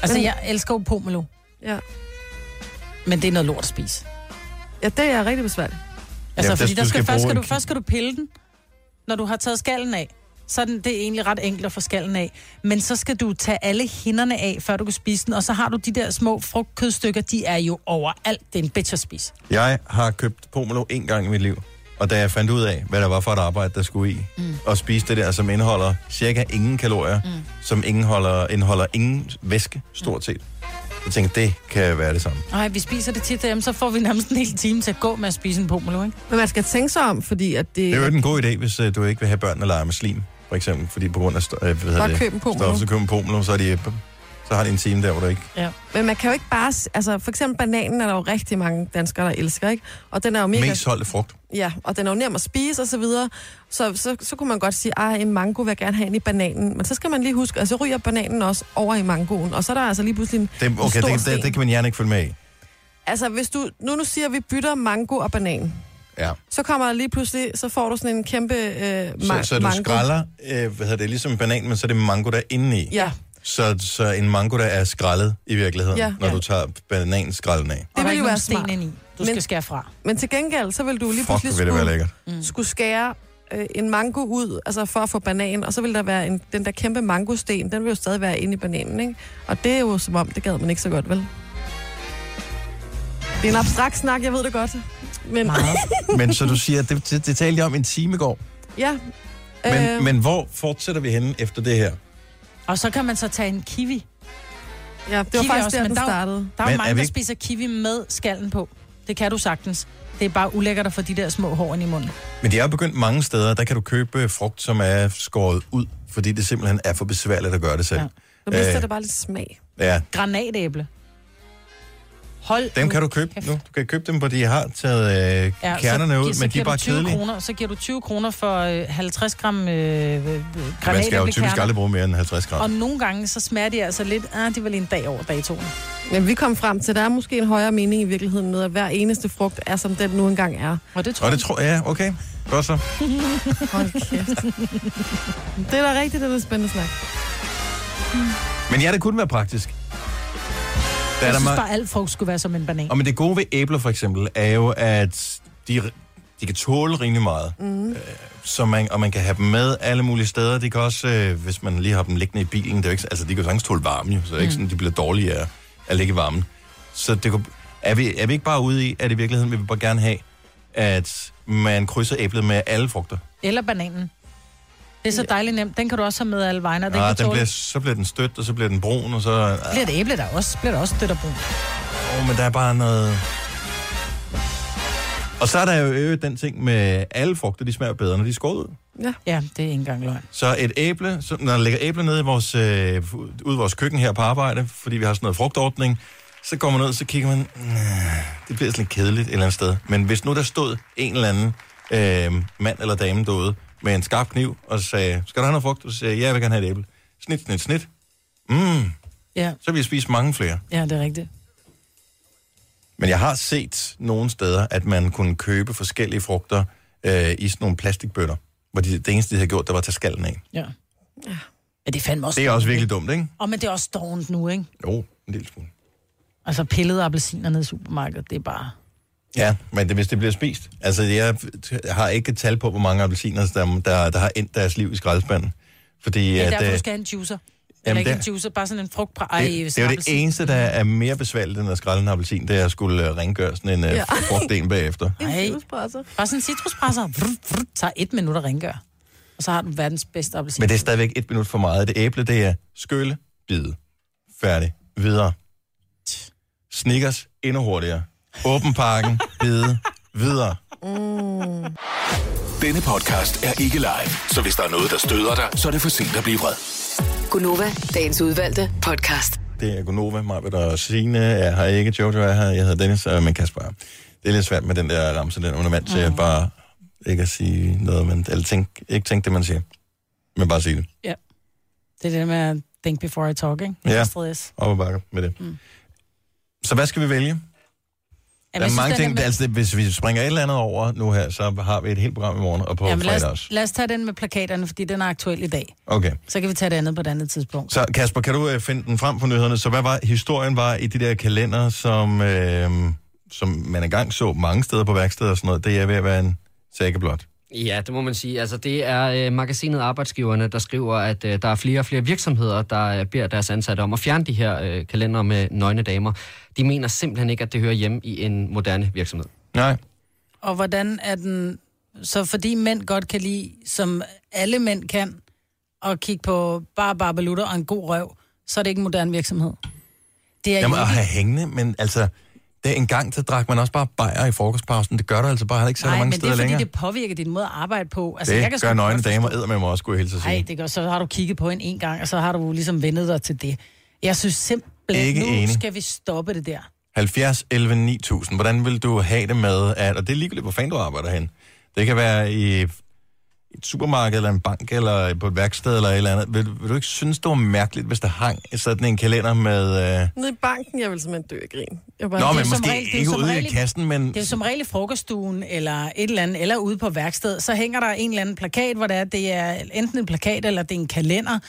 C: Altså,
B: Men-
C: jeg elsker jo pomelo.
B: Ja.
C: Men det er noget lort at spise.
B: Ja, det er rigtig besværligt.
C: Altså,
A: Jamen,
C: Jamen, fordi
A: der-
C: der
A: du
C: skal,
A: skal bruge
C: først, skal
A: en
C: du,
A: ki-
C: først skal du pille den, når du har taget skallen af. Så er den, det er egentlig ret enkelt at få skallen af. Men så skal du tage alle hinderne af, før du kan spise den. Og så har du de der små frugtkødstykker, de er jo overalt. Det er en bitch at spise.
A: Jeg har købt pomelo en gang i mit liv, og da jeg fandt ud af, hvad der var for et arbejde, der skulle i, mm. og spiste det der, som indeholder cirka ingen kalorier, mm. som indeholder, indeholder ingen væske, stort set, så tænkte jeg, det kan være det samme.
C: Nej, vi spiser det tit derhjemme, så får vi nærmest en hel time til at gå med at spise en pomelo, ikke?
B: Men man skal tænke sig om, fordi at det...
A: Det er jo en god idé, hvis øh, du ikke vil have børn, der leger med slim, for eksempel, fordi på grund af sto- øh, hvad hedder
B: Bare
A: det,
B: køb en pomelo.
A: stof, så køb en pomelo, så, er de, så har de en time der, hvor du ikke...
C: Ja.
B: Men man kan jo ikke bare... s- Altså, for eksempel bananen er der jo rigtig mange danskere, der elsker, ikke? Og den er jo mega...
A: Mest holdte frugt.
B: Ja, og den er jo nem at spise og så videre. Så, så, så kunne man godt sige, at en mango vil jeg gerne have ind i bananen. Men så skal man lige huske, at så ryger bananen også over i mangoen. Og så er der altså lige pludselig en,
A: Det,
B: en
A: okay,
B: stor
A: det,
B: sten.
A: det, det, kan man gerne ikke følge med i.
B: Altså, hvis du... Nu, nu siger, at vi bytter mango og banan.
A: Ja.
B: Så kommer der lige pludselig, så får du sådan en kæmpe øh, ma-
A: Så, så du
B: mango.
A: skræller, øh, hvad hedder det, ligesom en banan, men så er det mango, der er inde i.
B: Ja,
A: Så, så en mango, der er skrællet i virkeligheden, ja.
B: Ja.
A: når
B: Ja.
A: du tager bananskrællen af.
C: Det
B: ville
C: vil
B: jo
C: jo
B: være
C: være sten
B: smart.
C: ind i. Du
B: Men-
C: skal skære fra.
B: men til gengæld, så vil du lige
A: Fuck,
B: pludselig
A: hvor vil det være lækkert.
C: Mm.
B: skulle, skulle skære øh, en mango ud, altså for at få banan, og så vil der være en, den der kæmpe mangosten, den vil jo stadig være inde i bananen, ikke? Og det er jo som om, det gad man ikke så godt, vel? Det er en abstrakt snak, jeg ved det godt. Men
C: Meget.
A: Men så du siger, det, det, det talte jeg om en time i går.
B: ja,
A: Men,
B: Øhm.
A: men hvor fortsætter vi henne efter det her?
C: Og så kan man så tage en kiwi.
B: ja det var
C: Kiwi
B: faktisk
C: også,
B: der,
C: men
B: den
C: der er jo-
B: startede.
C: Der er
A: Men
C: jo
A: er
C: mange,
A: vi
C: der
A: ikke-
C: spiser kiwi med skallen på. Det kan du sagtens. Det er bare ulækkert at få de der små hår ind i munden.
A: Men det er jo begyndt mange steder, der kan du købe øh, frugt, som er skåret ud, fordi det simpelthen er for besværligt at gøre det selv.
C: Ja.
B: Nu
A: Øh.
B: mister det bare lidt smag.
A: Ja, ja
C: Granatæble. Hold
A: dem
C: nu
A: kan du købe
C: kæft.
A: nu. Du kan købe dem, hvor de har taget øh,
C: Ja,
A: ja, kernerne
C: så,
A: ud,
C: gi- så
A: men de
C: giver
A: er
C: du
A: bare
C: 20
A: kedelige.
C: Kroner, så giver du 20 kroner for øh, 50 gram
A: Man
C: øh,
A: skal jo typisk
C: granatæblekerner.
A: aldrig bruge mere end 50 gram.
C: Og nogle gange, så smager de altså lidt, ah, det var lige en dag over datoen.
B: Men vi kom frem til, at der er måske en højere mening i virkeligheden med, at hver eneste frugt er, som den nu engang er.
C: Og det tror
A: Og det
C: jeg.
A: tror jeg, ja, okay. Godt så.
B: Hold kæft. det er da rigtigt, det er da spændende snak.
A: Men ja, det kunne være praktisk. Der
C: jeg
A: der
C: synes
A: ma-
C: bare, alt frugt skulle være som en banan.
A: Og men det gode ved æbler for eksempel er jo, at de, de kan tåle rimelig meget. Mm. Så man, og man kan have dem med alle mulige steder. De kan også, øh, hvis man lige har dem liggende i bilen, det er jo ikke, altså de kan jo sagtens tåle varme jo, så det
C: Mm.
A: er ikke sådan, de bliver dårlige af at ligge i varmen. Så det kunne, er, vi, er vi ikke bare ude i, at i virkeligheden vil vi bare gerne have, at man krydser æblet med alle frugter.
C: Eller bananen. Det er så dejligt nemt. Den kan du også have med alle vegne. og Den,
A: Ah,
C: kan
A: den
C: tåle-
A: bliver, så bliver den stødt, og så bliver den brun, og så... ah.
C: bliver det æble der også. Bliver der også det, der brun.
A: Åh, men der er bare noget... Og så er der jo i øvrigt den ting med alle frugter, de smager bedre, når de er skåret ud.
C: Ja, det er ikke engang løgn.
A: Så et æble, så når der ligger æbler nede i vores, øh, ude i vores køkken her på arbejde, fordi vi har sådan noget frugtordning, så går man ud, så kigger man, "Mm, det bliver sådan lidt kedeligt et eller andet sted. Men hvis nu der stod en eller anden øh, mand eller dame derude med en skarp kniv og sagde, skal du have noget frugt? Og så sagde jeg, ja, jeg vil gerne have et æble. Snit, snit, snit. Mm,
C: Ja,
A: så vil jeg spise mange flere.
C: ja det er rigtigt.
A: Men jeg har set nogle steder, at man kunne købe forskellige frugter øh, i sådan nogle plastikbøtter, hvor de, det eneste, de havde gjort, det var at tage skallen af.
C: Ja. Men det er fandme også...
A: Det er også virkelig dumt, ikke?
C: Og men det er også dårligt nu, ikke?
A: Jo, en lille smule.
C: Altså pillede appelsiner nede i supermarkedet, det er bare...
A: Ja, men det, hvis det bliver spist. Altså, jeg t- har ikke et tal på, hvor mange appelsiner, der, der, der har endt deres liv i skraldespanden. Fordi
C: Ja, det
A: at,
C: er derfor,
A: øh,
C: du skal have en juicer.
A: jamen,
C: Eller ikke
A: det-
C: en juicer, bare sådan en frugtpre. Ej,
A: det, det er jo det
C: snappelsin.
A: eneste, der er mere besværligt end at skrælle en appelsin, det er at skulle øh, rengøre sådan en ja.
B: Ja.
A: frugtdel bagefter.
C: Ej.
B: Citruspresser.
C: Bare sådan en citruspresser. Vrrt, vrrt, Tager et minut at rengøre. Og så har du verdens bedste appelsin.
A: Men det er stadigvæk et minut for meget. Det æble, det er skylle, bide, færdig, videre. Snickers, endnu hurtigere. Åben pakken, bide, videre.
F: Denne podcast er ikke live, så hvis der er noget, der støder dig, så er det for sent at blive vred.
E: Gunova, dagens udvalgte podcast.
A: Det er Gunova, Marbet og Signe er her
C: Mm.
A: ikke, Jojo er her, jeg hedder Dennis, og men Kasper er her. Det er lidt svært med den der ramse, den under vand til at bare Ikke at sige noget, men, eller tænk, ikke tænke det, man siger. Men bare sige det.
C: Ja. Det er det med at think before I talk, ikke?
A: Ja.
C: Astrid S.
A: Op og bakke med det. Mm. Så hvad skal vi vælge?
C: jeg
A: der er
C: synes,
A: mange
C: den
A: ting,
C: med-
A: med... altså det- hvis vi springer et eller andet over nu her, så har vi et helt program i morgen og på
C: Jamen, lad,
A: fredag
C: os,
A: også.
C: lad os tage den med plakaterne, fordi den er aktuel i dag.
A: Okay.
C: Så kan vi tage det andet på et andet tidspunkt.
A: Så Kasper, kan du øh, finde den frem på nyhederne? Så hvad var historien var i de der kalender, som, øh, som man engang så mange steder på værksteder og sådan noget? Det er ved at være en sækkeblot.
D: Ja, det må man sige. Altså, det er øh, magasinet Arbejdsgiverne, der skriver, at øh, der er flere og flere virksomheder, der øh, beder deres ansatte om at fjerne de her øh, kalendere med nøgne damer. De mener simpelthen ikke, at det hører hjemme i en moderne virksomhed.
A: Nej.
C: Og hvordan er den... Så fordi mænd godt kan lide, som alle mænd kan, at kigge på bare barbelutter og en god røv, så er det ikke en moderne virksomhed. Det er
A: Jamen
C: jo
A: at
C: ikke...
A: have hængende, men altså, det er en gang, der drak man også bare bajer i frokostpausen. Det gør der altså bare heller ikke så
C: Nej,
A: mange
C: men det er
A: steder
C: fordi,
A: længere.
C: det påvirker din måde at arbejde på.
A: Altså, det
C: kan
A: gør
C: sgu
A: nøgne
C: godt forstå-
A: damer æder med mig også, skulle jeg hilse at sige.
C: Nej, det gør, så har du kigget på en en gang, og så har du ligesom vendet dig til det. Jeg synes simpelthen,
A: Ikke
C: nu
A: enig.
C: skal vi stoppe det der.
A: 70, 11, 9000. Hvordan vil du have det med, at, og det er ligegyldigt, hvor fanden du arbejder hen. Det kan være i et supermarked, eller en bank, eller på et værksted, eller et eller andet. Vil, vil du ikke synes, det var mærkeligt, hvis der hang sådan en kalender med... Øh,
B: Nede i banken, jeg vil simpelthen dø af grin. Jeg
A: Nå,
C: Det er
A: men
C: som
A: måske
C: regel- det er
A: ikke
C: som
A: ude i
C: regel-
A: kassen, men-
C: Det er jo som regel i frokoststuen, eller et eller andet, eller ude på værksted, så hænger der en eller anden plakat, hvor det er, det er enten en plakat, eller det er en kalender,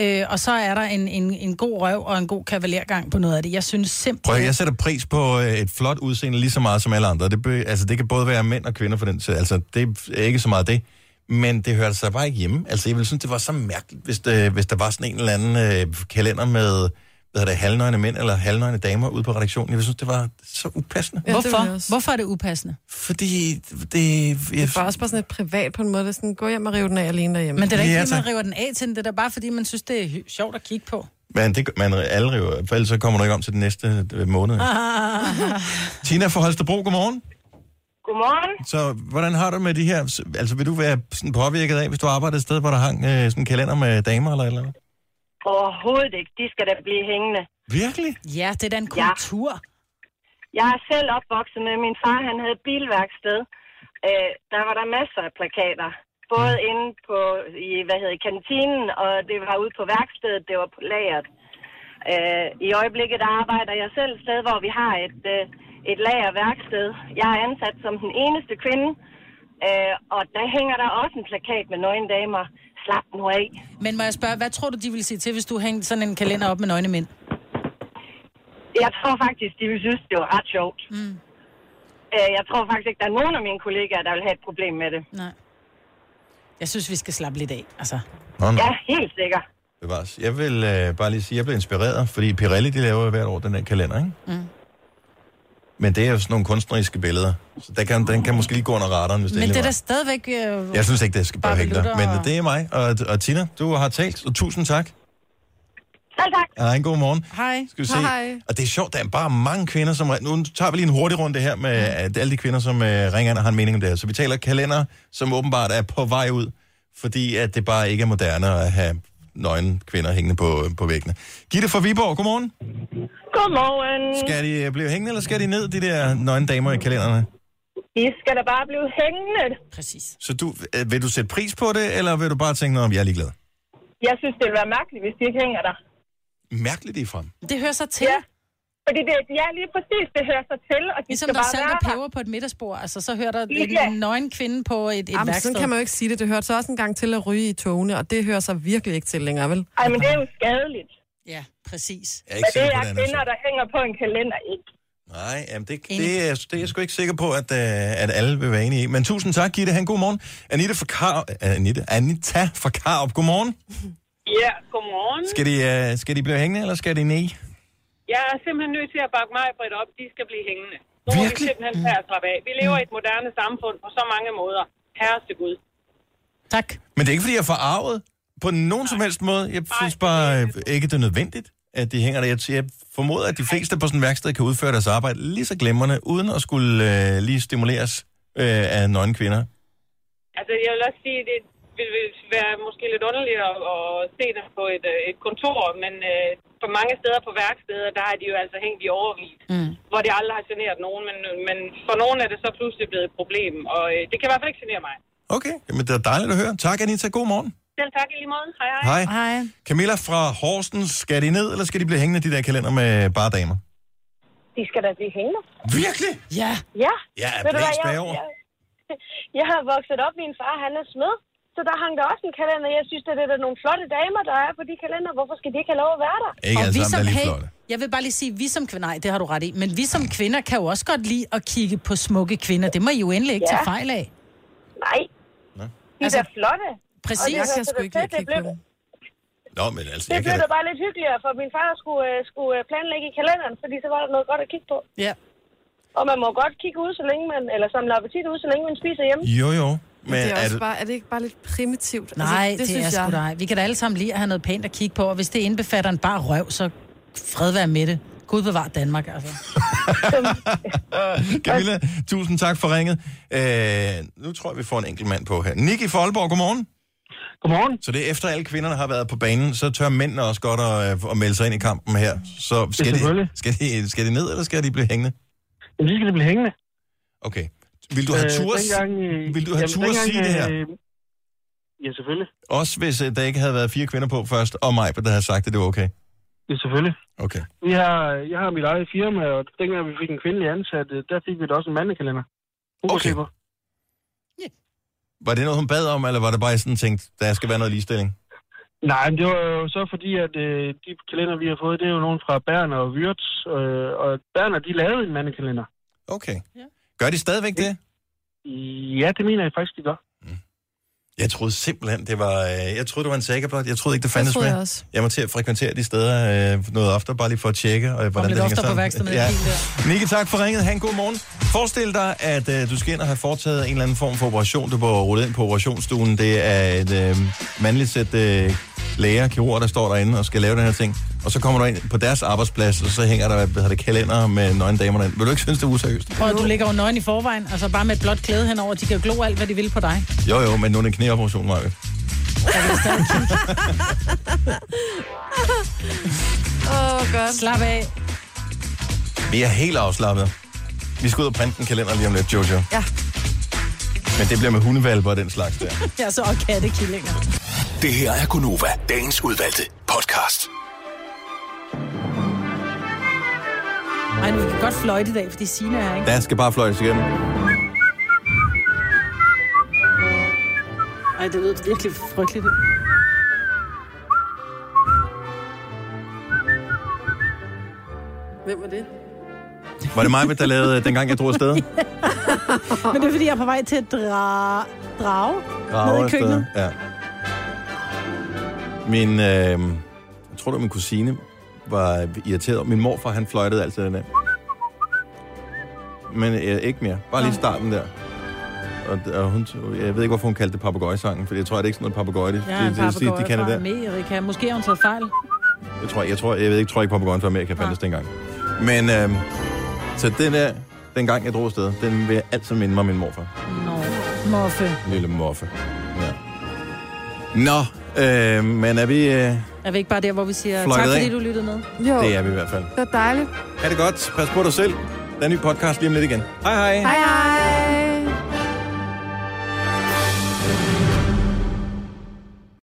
C: øh, og så er der en, en, en god røv og en god kavalergang på noget af det. Jeg synes
A: prøv,
C: simpelthen...
A: at- jeg sætter pris på øh, et flot udseende lige så meget som alle andre. Det, be, altså, det kan både være mænd og kvinder for den tid. Altså, det er ikke så meget det. Men det hørte sig bare ikke hjemme. Altså, jeg ville synes, det var så mærkeligt, hvis, det, hvis der var sådan en eller anden øh, kalender med hvad hedder det, halvnøgne mænd eller halvnøgne damer ude på redaktionen. Jeg ville synes, det var så upassende.
C: Hvorfor? Hvorfor er det upassende?
A: Fordi det...
B: Det er bare også bare sådan et privat på en måde. Det er sådan, gå hjem og rive den af alene derhjemme.
C: Men det er da ikke,
A: Ja,
C: fordi man
A: tak.
C: river den af til den. Det er da bare, fordi man synes, det er hy- sjovt at kigge på.
A: Men det, man alle river, for ellers så kommer du ikke om til den næste øh, måned. Ah.
C: Ah.
A: Tina fra Holstebro, godmorgen.
I: Godmorgen.
A: Så hvordan har du med de her... Altså, vil du være sådan påvirket af, hvis du arbejder et sted, hvor der hang øh, sådan en kalender med damer eller et eller andet?
I: Overhovedet ikke. De skal da blive hængende.
A: Virkelig?
C: Ja, det er da en kultur. Ja.
I: Jeg er selv opvokset med, min far han havde et bilværksted. Øh, der var der masser af plakater. Både mm. inde på, i, hvad hedder, kantinen, og det var ude på værkstedet, det var på lageret. Øh, I øjeblikket der arbejder jeg selv et sted, hvor vi har et, øh, et lagerværksted. Jeg er ansat som den eneste kvinde, øh, og der hænger der også en plakat med nøgne damer. Slap nu af.
C: Men må jeg spørge, hvad tror du, de ville sige til, hvis du hængte sådan en kalender op med nøgne mænd?
I: Jeg tror faktisk, de vil synes, det var ret sjovt.
C: Mm.
I: Øh, jeg tror faktisk ikke, der er nogen af mine kollegaer, der vil have et problem med det.
C: Nej. Jeg synes, vi skal slappe lidt af, altså.
A: Nå, nå.
I: Ja, helt sikker.
A: Bevares. Jeg vil øh, bare lige sige, at jeg blev inspireret, fordi Pirelli, de laver hvert år den her kalender, ikke?
C: Mm.
A: Men det er jo sådan nogle kunstneriske billeder, så der kan, den kan måske lige gå under radaren, hvis det
C: Men det er
A: endelig
C: da
A: var.
C: stadigvæk... Øh...
A: Jeg synes ikke, det skal bare hænge der.
C: Barbelutter
A: Men
C: og-
A: det er mig og, og Tina, du har talt, så tusind tak.
I: Selv tak.
A: Ja, en god morgen.
C: Hej.
A: Skal vi se. Og det er sjovt, der er bare mange kvinder, som... Nu tager vi lige en hurtig runde her med
K: Mm.
A: at alle de kvinder, som uh, ringer ind og har en mening om det her. Så vi taler kalender, som åbenbart er på vej ud, fordi at det bare ikke er moderne at have nøgne kvinder hængende på, øh, på væggene. Gitte fra Viborg, godmorgen.
K: Godmorgen.
A: Skal de øh, blive hængende, eller skal de ned, de der nøgne damer i kalenderne?
K: I skal da bare blive hængende.
C: Præcis.
A: Så du, øh, vil du sætte pris på det, eller vil du bare tænke noget om, jeg er ligeglad?
K: Jeg synes, det ville være mærkeligt, hvis de ikke hænger der.
A: Mærkeligt i frem.
C: Det hører sig til.
K: Ja. Fordi det, ja, lige præcis, det hører sig til, og de
C: Ligesom
K: skal
C: der er
K: bare
C: salt
K: være
C: og peber på et middagsbord, altså så hører der en
K: Ja.
C: nøgen kvinde på et, et
B: Jamen,
C: værksted.
B: sådan kan man jo ikke sige det. Det hørte så også en gang til at ryge i togene, og det hører sig virkelig ikke til længere, vel?
K: Ej, men det er jo skadeligt.
C: Ja, præcis.
A: Jeg er
K: Men
A: ikke
K: det
A: sikker på,
K: er
A: det er
K: kvinder, der hænger på en kalender, ikke?
A: Nej, jamen det, det, er, det er jeg sgu ikke sikker på, at, øh, at alle vil være enige i. Men tusind tak, Gitte. Han, god morgen. Anita fra Kar... øh, Anita, Anita fra Karup, god morgen.
L: Ja, godmorgen.
A: Skal de, øh, skal de blive hængende, eller skal de ned?
L: Jeg er simpelthen nødt til at bakke mig bredt op. De skal blive hængende. Nu må vi simpelthen tage os af. Vi lever i et moderne samfund på så mange måder. Herreste Gud.
C: Tak.
A: Men det er ikke, fordi jeg er forarvet på nogen som helst måde. Jeg synes bare øh, ikke, det er nødvendigt, at de hænger der. Jeg, jeg formoder, at de fleste på sådan et værksted kan udføre deres arbejde lige så glimrende, uden at skulle øh, lige stimuleres øh, af nøgne kvinder.
L: Altså, jeg vil også sige, det vil, vil være måske lidt underligt at, at se dem på et, øh, et kontor, men øh, på mange steder på værksteder, der er de jo altså hængt i overvis.
C: Mm.
L: hvor det aldrig har generet nogen, men, men for nogen er det så pludselig blevet et problem, og øh, det kan i hvert fald ikke genere mig.
A: Okay, jamen det er dejligt at høre. Tak, Anita. God morgen.
L: Selv tak i lige måde. Hej hej.
A: Hej. Camilla fra Horsens, skal de ned, eller skal de blive hængende, de der kalender med bare damer?
M: De skal da blive hængende.
A: Virkelig?
C: Ja.
M: Ja.
A: Jeg er
M: Ved du hvad,
A: blæst bagover.
M: jeg, jeg har vokset op, min far han er smed, så der hang der også en kalender. Jeg synes, at det er da nogle flotte damer, der er på de kalender. Hvorfor skal de ikke have lov at være der?
A: Ikke alle sammen, der er lige
C: hey,
A: flotte.
C: jeg vil bare lige sige, vi som kvinder, nej, det har du ret i, men vi som kvinder kan jo også godt lide at kigge på smukke kvinder. Det må I jo endelig ikke
M: Ja.
C: ja. tage fejl af.
M: Nej. De altså, er da flotte.
C: præcis.
M: Og
C: Jeg kan
M: så
C: sgu ikke lide at
M: det
C: kigge
M: blev,
C: på dem.
A: Nå, men altså,
M: det
A: jeg
M: blev
A: kan da...
M: da bare lidt hyggeligere, for min far skulle, øh, skulle øh, planlægge i kalenderen, fordi så var der noget godt at kigge på.
C: Ja.
M: Og man må godt kigge ud, så længe man, eller samle appetit ud, så længe man spiser hjemme.
A: Jo, jo.
B: Men
A: Men
B: det er,
A: er
B: også
A: det...
B: bare, er det ikke bare lidt primitivt?
C: Nej, altså, det, det er sgu dig. Vi kan da alle sammen lide at have noget pænt at kigge på, og hvis det indbefatter en bare røv, så fred være med det. Gud bevar Danmark, altså.
A: Camilla, tusind tak for ringet. Øh, nu tror jeg, vi får en enkelt mand på her. Nicky fra Aalborg, godmorgen.
J: Godmorgen.
A: Så det er efter alle kvinderne har været på banen, så tør mændene også godt at, øh, at melde sig ind i kampen her. Så skal, de, skal, de, skal de ned, eller skal de blive hængende?
J: Jamen, de skal blive hængende. Øh,
A: Okay. Vil du have tur at
J: dengang, øh,
A: vil du have tur at
J: dengang,
A: sige det her?
J: øh, Ja, selvfølgelig.
A: Også hvis øh, der ikke havde været fire kvinder på først, og mig, der havde sagt, at det var okay.
J: Ja, selvfølgelig.
A: Okay.
J: Vi har, jeg har mit eget firma, og dengang vi fik en kvindelig ansat, øh, der fik vi da også en mandekalender. Okay.
A: Var det noget, hun bad om, eller var det bare sådan tænkt, der skal være noget ligestilling?
J: Nej, men det var jo så fordi, at øh, de kalender, vi har fået, det er jo nogen fra Berner og Wirtz, øh, og Berner, de lavede en mandekalender.
A: Okay. Gør de stadigvæk det?
J: Ja, det mener jeg faktisk, de gør.
A: Jeg troede simpelthen, det var... øh, Jeg troede, det var en saga blot. Jeg troede ikke, det fandtes
B: troede jeg
A: med.
B: også.
A: Jeg må til at frekventere de steder øh, noget oftere, bare lige for at tjekke, øh, hvordan
B: lidt
A: det hænger
B: oftere på
A: sammen.
B: værkstedet med den bil
A: Nikke, tak for ringet. Ha' en god morgen. Forestil dig, at øh, du skal ind og have foretaget en eller anden form for operation. Du bliver rullet ind på operationsstuen. Det er et øh, mandligt sæt øh, læger, kirurger, der står derinde og skal lave den her ting. Og så kommer du ind på deres arbejdsplads, og så hænger der hvad hedder det, kalender med nøgne damer derinde. Vil du ikke synes, det er useriøst?
C: Prøv, at du ligger jo nøgen i forvejen, altså bare med et blåt klæde henover. De kan jo glo alt, hvad de vil på dig.
A: Jo, jo, men nu er det en knæoperation, Maja.
B: Åh, oh, godt.
C: Slap af.
A: Vi er helt afslappet. Vi skal ud og printe en kalender lige om lidt, Jojo.
B: Ja.
A: Men det bliver med hundevalper og den slags der.
C: Jeg er så og kattekillinger.
F: Det her er Gunova, dagens udvalgte podcast.
C: Ej, nu kan vi godt fløjte i dag, fordi Sina er her, ikke?
A: Der skal bare fløjtes igennem.
C: Ej, det lyder virkelig frygteligt.
B: Hvem var det?
A: Var det mig, der lavede, øh, dengang jeg drog afsted?
C: Men det er, fordi jeg er på vej til at dra... drage.
A: Drage
C: ned i
A: afsted,
C: køkkenet.
A: Ja. Min, øh, jeg tror det var min kusine, var irriteret. Min morfar, han fløjtede altid den der. Men øh, ikke mere. Bare lige starten der. Og, og hun, jeg ved ikke, hvorfor hun kaldte det papegøjesangen, for jeg tror, det er ikke sådan noget papegøje. Det,
C: Jeg er en
A: det, det, de, de
C: papegøje
A: kender
C: fra
A: det.
C: Amerika. Måske har hun taget fejl.
A: Jeg tror, jeg, tror, jeg ved ikke, tror ikke, papagøjen fra Amerika fandtes dengang. Men øh, så den der, dengang jeg drog afsted, den vil jeg altid minde mig om min morfar.
C: Nå, Moffe.
A: Lille Moffe. Ja. Nå, øh, men er vi... Øh,
C: Er vi ikke bare der, hvor vi siger,
A: Fløjtet
C: tak fordi
A: af.
C: du lyttede med?
B: Jo,
A: det er vi i hvert fald.
B: det var dejligt.
A: Ha' det godt. Pas på dig selv. Der er en ny podcast lige om lidt igen. Hej hej.
B: Hej hej.